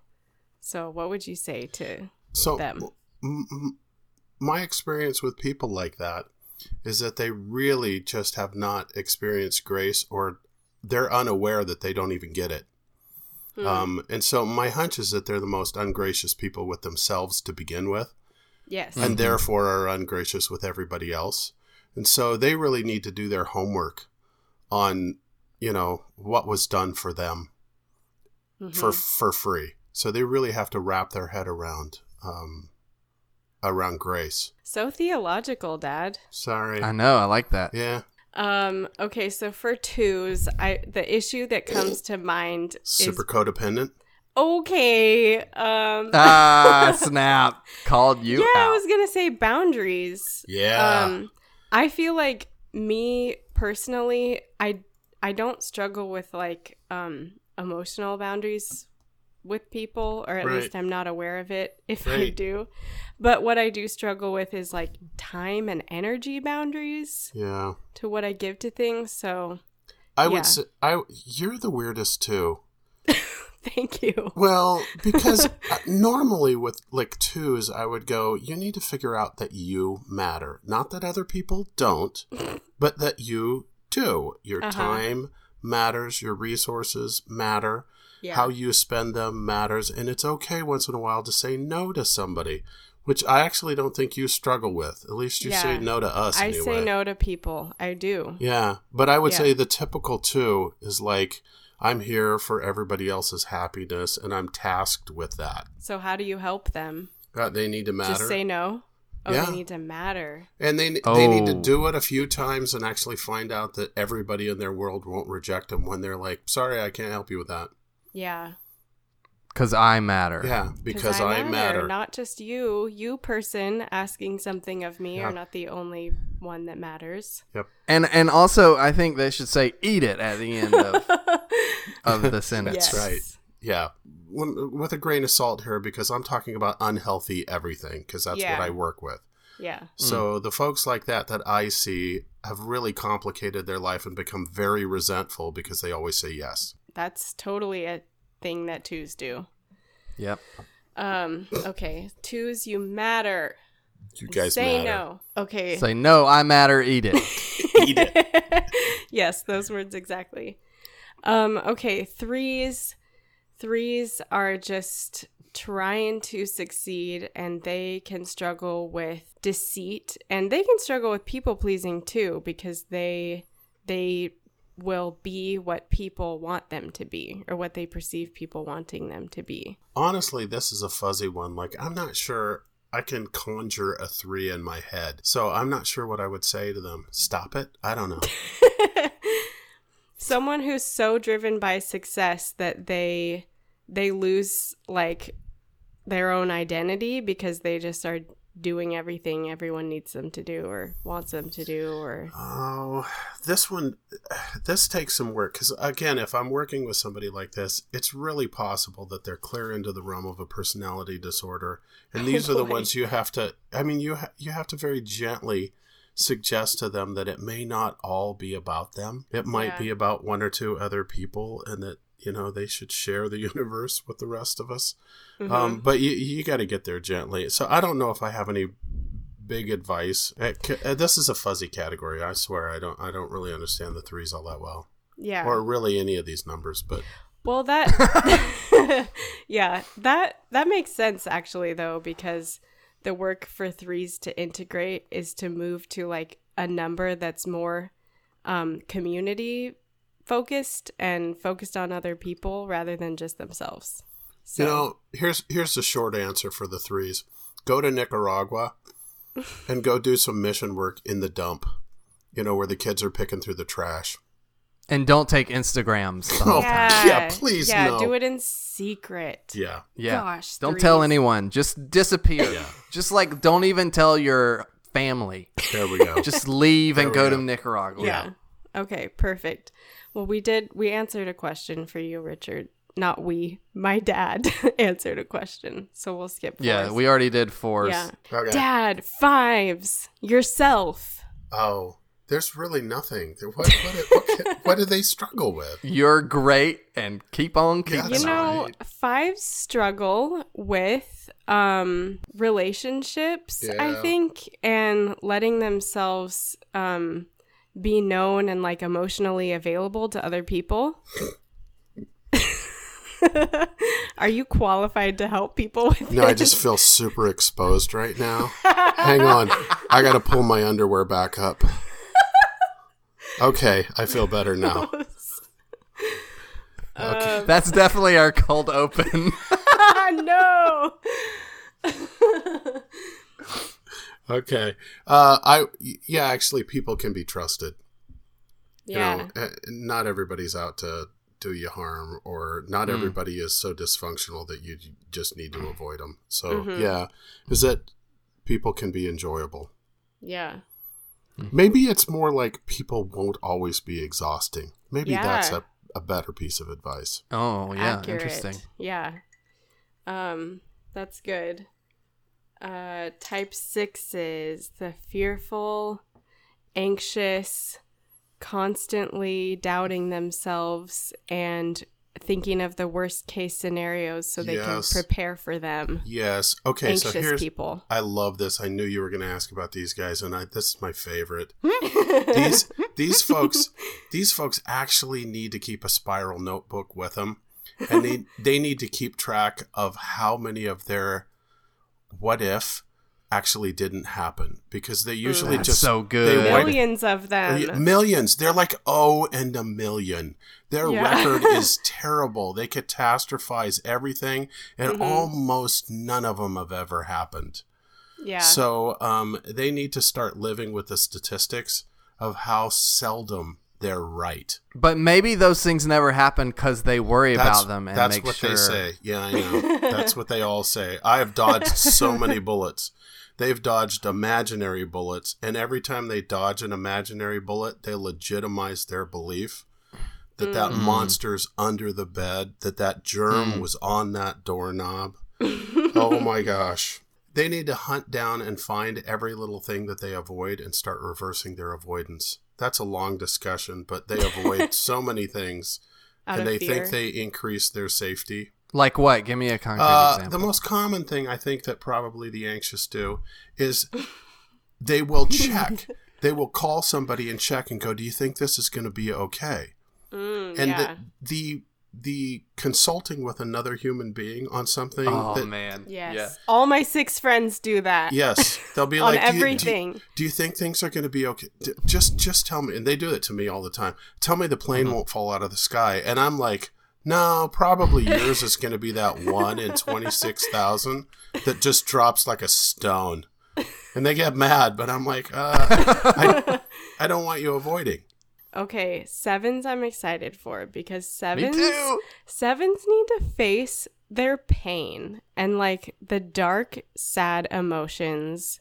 Speaker 3: So, what would you say to
Speaker 7: So,
Speaker 3: them?
Speaker 7: m- m- my experience with people like that is that they really just have not experienced grace or they're unaware that they don't even get it.
Speaker 3: Hmm.
Speaker 7: Um, and so, my hunch is that they're the most ungracious people with themselves to begin with,
Speaker 3: Yes.
Speaker 7: and therefore are ungracious with everybody else. And so, they really need to do their homework on, you know, what was done for them
Speaker 3: Mm-hmm.
Speaker 7: for for free. So they really have to wrap their head around um, around grace.
Speaker 3: so theological, Dad.
Speaker 7: Sorry.
Speaker 2: I know. I like that.
Speaker 7: yeah.
Speaker 3: Um, okay, so for twos, I the issue that comes to mind
Speaker 7: Super
Speaker 3: is
Speaker 7: codependent.
Speaker 3: okay. Um,
Speaker 2: Ah, snap! Called you
Speaker 3: yeah,
Speaker 2: out.
Speaker 3: I was gonna say boundaries.
Speaker 7: Yeah.
Speaker 3: Um, I feel like me personally, I I don't struggle with like um emotional boundaries with people, or at
Speaker 7: Right.
Speaker 3: least I'm not aware of it if I
Speaker 7: Right.
Speaker 3: do. But what I do struggle with is like time and energy boundaries
Speaker 7: yeah.
Speaker 3: to what I give to things. So
Speaker 7: I
Speaker 3: yeah.
Speaker 7: would say I. You're the weirdest too.
Speaker 3: thank you.
Speaker 7: Well, because uh, normally with like twos, I would go. You need to figure out that you matter, not that other people don't, but that you do.
Speaker 3: Uh-huh.
Speaker 7: Your time matters. Your resources matter. How you spend them matters, and it's okay once in a while to say no to somebody, which I actually don't think you struggle with. At least you say
Speaker 3: Yeah.
Speaker 7: no to us
Speaker 3: I
Speaker 7: anyway.
Speaker 3: say no to people. I do.
Speaker 7: Yeah, but I would
Speaker 3: Yeah.
Speaker 7: say the typical two is like I'm here for everybody else's happiness, and I'm tasked with that.
Speaker 3: So how do you help them?
Speaker 7: Uh, they need to matter,
Speaker 3: Just say no. Oh,
Speaker 7: Yeah.
Speaker 3: they need to matter.
Speaker 7: and they they need to
Speaker 2: Oh.
Speaker 7: do it a few times and actually find out that everybody in their world won't reject them when they're like, "Sorry, I can't help you with that."
Speaker 3: Yeah.
Speaker 2: Cause I matter.
Speaker 7: Yeah, because I, matter.
Speaker 3: Not just you, you person asking something of me
Speaker 7: Yeah.
Speaker 3: are not the only one that matters.
Speaker 2: And and also, I think they should say "eat it" at the end of of the sentence.
Speaker 3: Yes.
Speaker 7: right. yeah Lim- with a grain of salt here because i'm talking about unhealthy everything because that's
Speaker 3: Yeah.
Speaker 7: what i work with
Speaker 3: Yeah.
Speaker 7: so the folks like that that i see have really complicated their life and become very resentful because they always say yes
Speaker 3: That's totally a thing that twos do.
Speaker 2: Yep.
Speaker 3: Um, okay. Twos, you matter.
Speaker 7: you guys
Speaker 3: say
Speaker 7: matter
Speaker 3: no. Okay.
Speaker 2: Say no, I matter. Eat it.
Speaker 3: yes, those words exactly. Um, okay, threes. Threes are just trying to succeed and they can struggle with deceit and they can struggle with people pleasing too because they they will be what people want them to be or what they perceive people wanting them to be.
Speaker 7: honestly this is a fuzzy one like i'm not sure i can conjure a three in my head so i'm not sure what i would say to them stop it i don't know
Speaker 3: someone who's so driven by success that they they lose like their own identity because they just are doing everything everyone needs them to do or wants them to do or
Speaker 7: Oh, this one, this takes some work because again, if I'm working with somebody like this, it's really possible that they're clear into the realm of a personality disorder, and these are the
Speaker 3: Oh, boy.
Speaker 7: ones you have to. I mean, you ha- you have to very gently suggest to them that it may not all be about them. It might
Speaker 3: Yeah.
Speaker 7: be about one or two other people, and that you know they should share the universe with the rest of us.
Speaker 3: mm-hmm.
Speaker 7: Um, but you you got to get there gently. So I don't know if I have any big advice. Uh, c- uh, This is a fuzzy category. I swear, I don't I don't really understand the threes all that well,
Speaker 3: yeah
Speaker 7: or really any of these numbers. But
Speaker 3: well that yeah that that makes sense actually though because the work for threes to integrate is to move to like a number that's more um, community focused and focused on other people rather than just themselves so
Speaker 7: you know, here's here's the short answer for the threes: go to Nicaragua and go do some mission work in the dump. You know where the kids are picking through the trash.
Speaker 2: And don't take Instagrams. the whole
Speaker 7: Oh,
Speaker 2: time.
Speaker 3: yeah,
Speaker 7: yeah, please,
Speaker 3: yeah
Speaker 7: no.
Speaker 3: do it in secret
Speaker 7: Yeah,
Speaker 2: Yeah.
Speaker 3: Gosh,
Speaker 2: don't tell
Speaker 3: threes.
Speaker 2: anyone. Just disappear. Just like don't even tell your family.
Speaker 7: there we go.
Speaker 2: Just leave and
Speaker 7: There
Speaker 2: go
Speaker 7: we
Speaker 2: to
Speaker 7: go.
Speaker 2: Nicaragua.
Speaker 3: Okay, perfect. Well, we did we answered a question for you, Richard, not we, my dad answered a question. So we'll skip.
Speaker 2: Yeah,
Speaker 3: fours.
Speaker 2: we already did fours.
Speaker 3: Yeah.
Speaker 7: Okay.
Speaker 3: Dad, fives, yourself.
Speaker 7: Oh, there's really nothing. There- What, what, what, can- what do they struggle with?
Speaker 2: You're great and keep on
Speaker 7: Yeah,
Speaker 2: keeping
Speaker 7: That's
Speaker 3: you know,
Speaker 7: right.
Speaker 3: fives struggle with um relationships, I
Speaker 7: Yeah.
Speaker 3: think, and letting themselves um be known and like emotionally available to other people. Are you qualified to help people with
Speaker 7: No, I just feel super exposed right now. Hang on. I got to pull my underwear back up. Okay, I feel better now.
Speaker 3: this? um,
Speaker 2: on. That's definitely our cold open.
Speaker 3: no.
Speaker 7: Okay. Uh I yeah, actually people can be trusted. You
Speaker 3: Yeah.
Speaker 7: know, eh, not everybody's out to do you harm or not
Speaker 3: Mm.
Speaker 7: everybody is so dysfunctional that you just need to avoid them. So,
Speaker 3: Mm-hmm.
Speaker 7: yeah, is that people can be enjoyable.
Speaker 3: Yeah.
Speaker 7: Maybe it's more like people won't always be exhausting. Maybe
Speaker 3: Yeah.
Speaker 7: that's a, a better piece of advice.
Speaker 2: oh yeah,
Speaker 3: accurate.
Speaker 2: interesting.
Speaker 3: Yeah. Um, that's good. Uh, type sixes, the fearful, anxious, constantly doubting themselves and thinking of the worst case scenarios so they
Speaker 7: Yes.
Speaker 3: can prepare for them.
Speaker 7: Yes. Okay.
Speaker 3: Anxious
Speaker 7: so here's.
Speaker 3: people.
Speaker 7: I love this. I knew you were going to ask about these guys, and I, this is my favorite. these these folks these folks actually need to keep a spiral notebook with them, and they they need to keep track of how many of their what if actually didn't happen because they usually
Speaker 2: That's
Speaker 7: just
Speaker 2: so
Speaker 7: they
Speaker 2: good.
Speaker 7: wipe
Speaker 3: Millions of them.
Speaker 7: yeah, millions. They're like oh and a million. Their
Speaker 3: Yeah.
Speaker 7: record is terrible. They catastrophize everything, and
Speaker 3: Mm-hmm.
Speaker 7: almost none of them have ever happened.
Speaker 3: Yeah.
Speaker 7: So um, they need to start living with the statistics of how seldom they're right.
Speaker 2: But maybe those things never happen because they worry about them and
Speaker 7: that's
Speaker 2: make
Speaker 7: what
Speaker 2: sure.
Speaker 7: they say. Yeah, I know. that's what they all say. I have dodged so many bullets. They've dodged imaginary bullets, and every time they dodge an imaginary bullet, they legitimize their belief that that monster's under the bed, that that germ was on that doorknob. oh my gosh. They need to hunt down and find every little thing that they avoid and start reversing their avoidance. That's a long discussion, but they avoid so many things
Speaker 3: Out
Speaker 7: and
Speaker 3: of
Speaker 7: they
Speaker 3: fear.
Speaker 7: think they increase their safety.
Speaker 2: Like what? Give me a concrete
Speaker 7: Uh, the
Speaker 2: example.
Speaker 7: most common thing I think that probably the anxious do is they will check. they will call somebody and check and go, "Do you think this is going to be okay?"
Speaker 3: Mm,
Speaker 7: And
Speaker 3: yeah.
Speaker 7: the, the the consulting with another human being on something.
Speaker 2: oh
Speaker 7: that,
Speaker 2: man.
Speaker 3: yes.
Speaker 2: Yeah.
Speaker 3: All my six friends do that.
Speaker 7: Yes, they'll be
Speaker 3: On
Speaker 7: like, "Do you- do you-
Speaker 3: everything.
Speaker 7: Do you, think things are going to be okay? D- just just tell me." And they do it to me all the time. Tell me the plane won't fall out of the sky, and I'm like. No, probably yours is going to be that one in 26,000 that just drops like a stone. And they get mad, but I'm like, uh, I, I don't want you avoiding.
Speaker 3: Okay, sevens I'm excited for because
Speaker 2: Me
Speaker 3: sevens
Speaker 2: too.
Speaker 3: sevens need to face their pain and like the dark sad emotions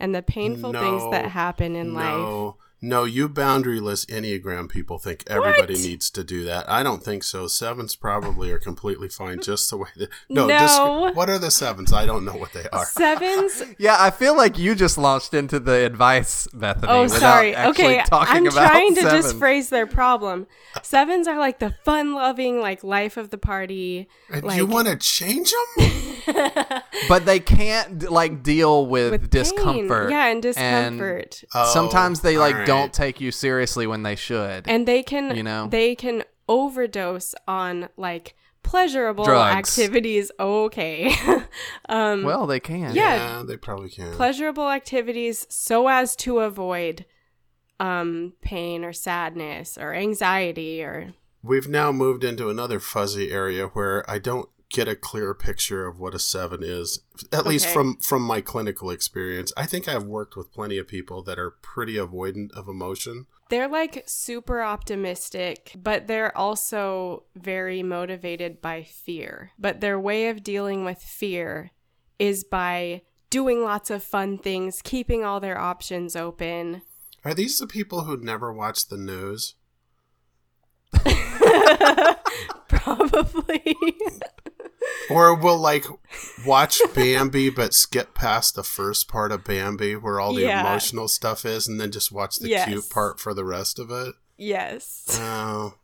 Speaker 3: and the painful things
Speaker 7: No,
Speaker 3: that happen in life.
Speaker 7: No, no, you boundaryless Enneagram people think everybody needs to do that. I don't think so. Sevens probably are completely fine just the way that. No,
Speaker 3: No.
Speaker 7: Just, what are the sevens? I don't know what they are.
Speaker 3: Sevens
Speaker 2: Yeah, I feel like you just launched into the advice, Bethany.
Speaker 3: Oh,
Speaker 2: without
Speaker 3: sorry.
Speaker 2: actually
Speaker 3: Okay,
Speaker 2: talking
Speaker 3: I'm
Speaker 2: about
Speaker 3: trying to just
Speaker 2: seven.
Speaker 3: phrase their problem. Sevens are like the fun-loving, like life of the party.
Speaker 7: And
Speaker 3: like,
Speaker 7: Uh, you want to change them?
Speaker 2: but they can't like deal with,
Speaker 3: with pain.
Speaker 2: discomfort. uh,
Speaker 3: Yeah, and discomfort.
Speaker 2: sometimes they like
Speaker 7: alright.
Speaker 2: don't take you seriously when they should.
Speaker 3: and they can
Speaker 2: you know?
Speaker 3: they can overdose on like pleasurable
Speaker 2: Drugs.
Speaker 3: activities okay um
Speaker 2: well, they can.
Speaker 3: Yeah.
Speaker 7: yeah, they probably can.
Speaker 3: pleasurable activities so as to avoid um pain or sadness or anxiety or
Speaker 7: We've now moved into another fuzzy area where I don't get a clear picture of what a seven is at least
Speaker 3: Okay.
Speaker 7: from from my clinical experience i think i've worked with plenty of people that are pretty avoidant of emotion
Speaker 3: they're like super optimistic but they're also very motivated by fear but their way of dealing with fear is by doing lots of fun things keeping all their options open
Speaker 7: Are these the people who never watch the news?
Speaker 3: Probably.
Speaker 7: Or we'll like watch Bambi but skip past the first part of Bambi where all the
Speaker 3: Yeah.
Speaker 7: emotional stuff is and then just watch the
Speaker 3: Yes.
Speaker 7: cute part for the rest of it.
Speaker 3: yes.
Speaker 7: Oh.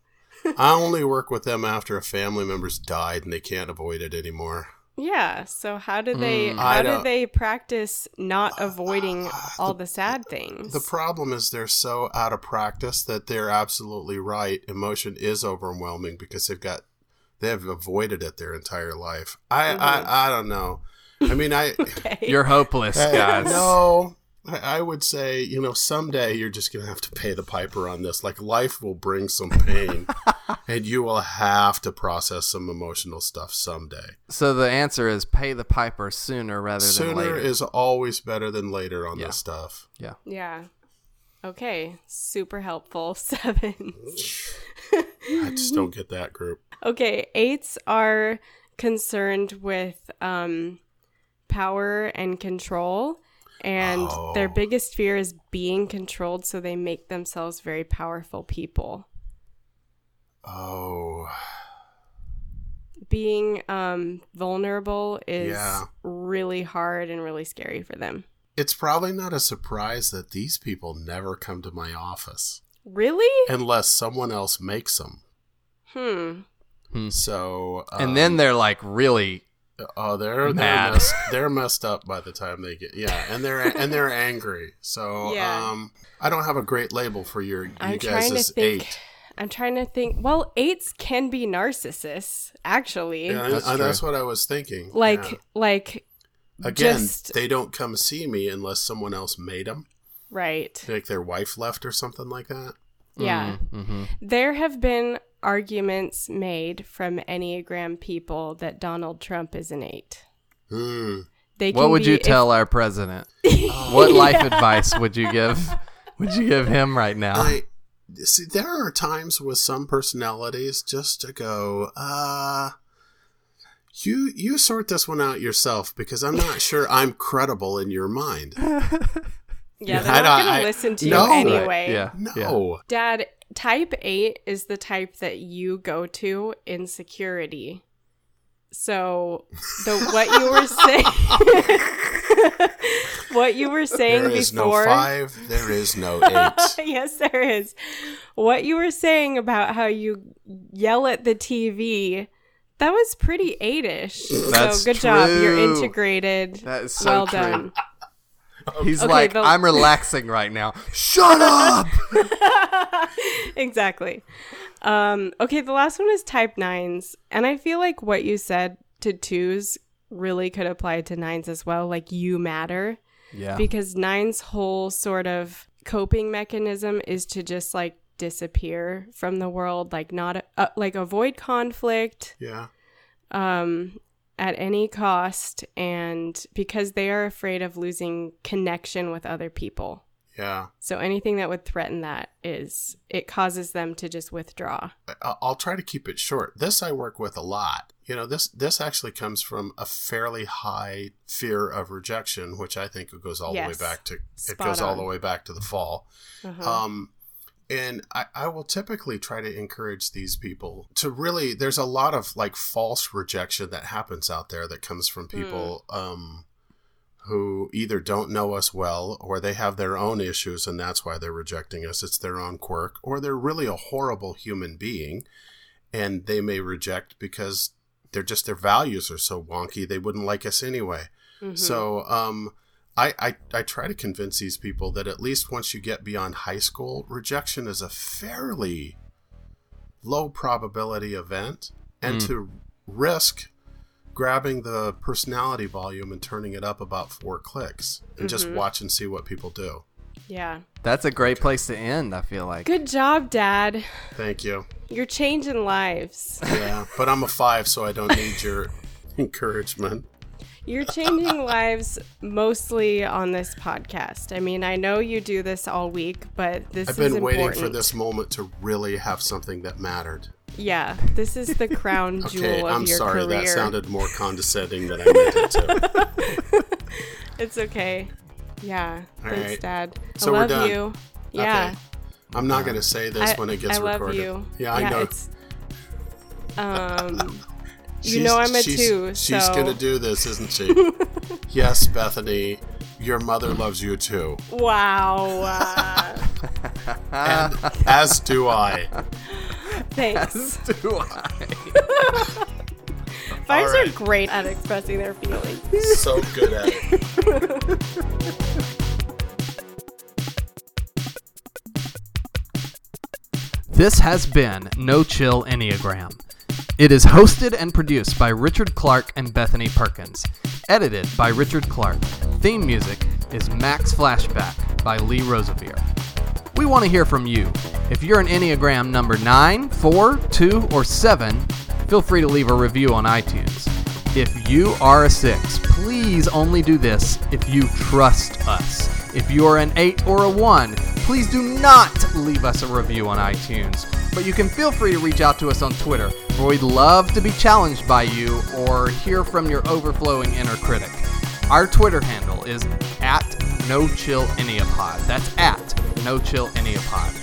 Speaker 7: I only work with them after a family member's died and they can't avoid it anymore.
Speaker 3: Yeah. So how do they
Speaker 2: Mm,
Speaker 7: Hmm, I
Speaker 3: how do
Speaker 7: don't-
Speaker 3: they practice not avoiding all the sad things?
Speaker 7: The problem is they're so out of practice that they're absolutely right. Emotion is overwhelming because they've got they have avoided it their entire life. I I, I don't know. I mean I
Speaker 3: okay.
Speaker 2: You're hopeless,
Speaker 7: Hey,
Speaker 2: guys.
Speaker 7: No, I I would say you know someday you're just gonna have to pay the piper on this. Like life will bring some pain, and you will have to process some emotional stuff someday.
Speaker 2: So the answer is pay the piper sooner rather than
Speaker 7: Sooner
Speaker 2: later.
Speaker 7: is always better than later on
Speaker 2: Yeah.
Speaker 7: this stuff.
Speaker 2: yeah.
Speaker 3: yeah. Okay. Super helpful. Seven.
Speaker 7: I just don't get that group.
Speaker 3: Okay, eights are concerned with um, power and control, and their
Speaker 7: Oh.
Speaker 3: biggest fear is being controlled, so they make themselves very powerful people.
Speaker 7: Oh,
Speaker 3: Being um, vulnerable is
Speaker 7: Yeah.
Speaker 3: really hard and really scary for them.
Speaker 7: it's probably not a surprise that these people never come to my office
Speaker 3: Really?
Speaker 7: unless someone else makes them.
Speaker 3: Hmm.
Speaker 7: So
Speaker 2: and then
Speaker 7: um,
Speaker 2: they're like really
Speaker 7: Oh, they're
Speaker 2: Mad.
Speaker 7: they're messed, they're messed up by the time they get yeah, and they're and they're angry. So
Speaker 3: Yeah.
Speaker 7: um, I don't have a great label for your you
Speaker 3: I'm
Speaker 7: guys
Speaker 3: trying to
Speaker 7: as
Speaker 3: think.
Speaker 7: eight.
Speaker 3: I'm trying to think. Well, eights can be narcissists, actually.
Speaker 7: Yeah,
Speaker 2: That's
Speaker 7: that's, and that's
Speaker 2: true.
Speaker 7: what I was thinking.
Speaker 3: Like,
Speaker 7: yeah.
Speaker 3: like,
Speaker 7: again,
Speaker 3: just-
Speaker 7: they don't come see me unless someone else made them,
Speaker 3: right.
Speaker 7: like their wife left or something like that.
Speaker 3: Yeah.
Speaker 7: Hmm.
Speaker 2: Mm-hmm.
Speaker 3: There have been arguments made from Enneagram people that Donald Trump is an eight.
Speaker 7: Hmm.
Speaker 3: They
Speaker 2: What
Speaker 3: can
Speaker 2: would
Speaker 3: be-
Speaker 2: you
Speaker 3: if- Oh.
Speaker 2: tell our president? what life advice would you give? Would you give him right now?
Speaker 7: I see. There are times with some personalities just to go. Uh, you you sort this one out yourself because I'm not sure I'm credible in your mind.
Speaker 3: yeah, they're
Speaker 7: I
Speaker 3: not
Speaker 7: don't-
Speaker 3: going
Speaker 7: I-
Speaker 3: to listen to
Speaker 7: No.
Speaker 3: you anyway.
Speaker 2: Yeah.
Speaker 7: No.
Speaker 2: Yeah.
Speaker 3: Dad, type eight is the type that you go to in security. So the what you were saying, what you were saying
Speaker 7: There is
Speaker 3: before.
Speaker 7: no five. There is no eight.
Speaker 3: yes, there is. What you were saying about how you yell at the TV, that was pretty eightish.
Speaker 2: That's
Speaker 3: so good job. You're
Speaker 2: true.
Speaker 3: integrated.
Speaker 2: That is so
Speaker 3: well
Speaker 2: true.
Speaker 3: done.
Speaker 2: He's
Speaker 3: Okay,
Speaker 2: like,
Speaker 3: the-
Speaker 2: I'm relaxing right now. Shut up.
Speaker 3: exactly. Um, okay, the last one is type nines. And I feel like what you said to twos really could apply to nines as well. Like you matter.
Speaker 2: yeah.
Speaker 3: because nine's whole sort of coping mechanism is to just like disappear from the world like not uh, like avoid conflict
Speaker 7: Yeah.
Speaker 3: um at any cost and because they are afraid of losing connection with other people
Speaker 7: Yeah.
Speaker 3: so anything that would threaten that is it causes them to just withdraw
Speaker 7: I- I'll try to keep it short. This I work with a lot. You know, this this actually comes from a fairly high fear of rejection, which I think it goes all
Speaker 3: Yes.
Speaker 7: the way back to it
Speaker 3: Spot
Speaker 7: goes all the
Speaker 3: on.
Speaker 7: way back to the fall.
Speaker 3: uh-huh.
Speaker 7: Um, and I, I will typically try to encourage these people to really. There's a lot of like false rejection that happens out there that comes from people um, who either don't know us well or they have their own issues and that's why they're rejecting us. It's their own quirk, or they're really a horrible human being and they may reject because they're just their values are so wonky they wouldn't like us anyway.
Speaker 3: Mhm.
Speaker 7: So um, I, I I try to convince these people that at least once you get beyond high school, rejection is a fairly low probability event, and
Speaker 2: Mm.
Speaker 7: to risk grabbing the personality volume and turning it up about four clicks and just
Speaker 3: Mhm.
Speaker 7: watch and see what people do.
Speaker 3: yeah
Speaker 2: That's a great place to end, I feel like.
Speaker 3: good job dad
Speaker 7: Thank you.
Speaker 3: you're changing lives
Speaker 7: Yeah, but I'm a five, so I don't need your encouragement.
Speaker 3: You're changing lives mostly on this podcast. I mean, I know you do this all week, but this
Speaker 7: I've
Speaker 3: is
Speaker 7: been
Speaker 3: important.
Speaker 7: waiting for this moment to really have something that mattered.
Speaker 3: Yeah, this is the crown jewel
Speaker 7: Okay,
Speaker 3: of
Speaker 7: I'm
Speaker 3: your
Speaker 7: sorry.
Speaker 3: career.
Speaker 7: That sounded more condescending than I meant it to.
Speaker 3: It's okay. Yeah.
Speaker 7: All
Speaker 3: Thanks,
Speaker 7: right.
Speaker 3: Dad.
Speaker 7: So
Speaker 3: I
Speaker 7: we're
Speaker 3: love
Speaker 7: done.
Speaker 3: you. Yeah.
Speaker 7: Okay. I'm not going to say this
Speaker 3: Uh, I-
Speaker 7: when it gets
Speaker 3: I love
Speaker 7: recorded.
Speaker 3: you.
Speaker 7: Yeah, I know.
Speaker 3: it's- Um, you
Speaker 7: She's-
Speaker 3: know I'm a
Speaker 7: she's-
Speaker 3: two,
Speaker 7: She's
Speaker 3: so
Speaker 7: gonna do this, isn't she? yes, Bethany, your mother loves you too,
Speaker 3: wow. Uh,
Speaker 7: and as do I.
Speaker 3: thanks.
Speaker 2: Do I?
Speaker 3: Fives
Speaker 7: All
Speaker 3: are
Speaker 7: right.
Speaker 3: great at expressing their feelings.
Speaker 7: So good at it.
Speaker 2: This has been No Chill Enneagram. It is hosted and produced by Richard Clark and Bethany Perkins. Edited by Richard Clark. Theme music is Max Flashback by Lee Rosevere. We want to hear from you. If you're an Enneagram number 9, 4, 2, or 7, feel free to leave a review on iTunes. If you are a 6, please only do this if you trust us. If you are an 8 or a 1, please do not leave us a review on iTunes. But you can feel free to reach out to us on Twitter, for we'd love to be challenged by you or hear from your overflowing inner critic. Our Twitter handle is at No Chill Enneapod. That's at No Chill Enneapod.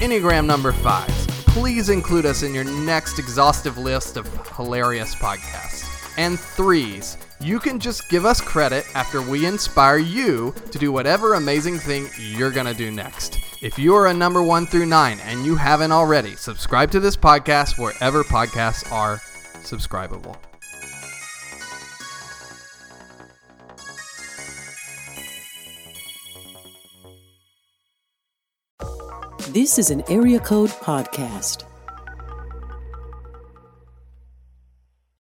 Speaker 2: Enneagram number fives. Please include us in your next exhaustive list of hilarious podcasts. And threes. You can just give us credit after we inspire you to do whatever amazing thing you're going to do next. If you are a number one through nine and you haven't already, subscribe to this podcast wherever podcasts are subscribable.
Speaker 1: This is an Area Code Podcast.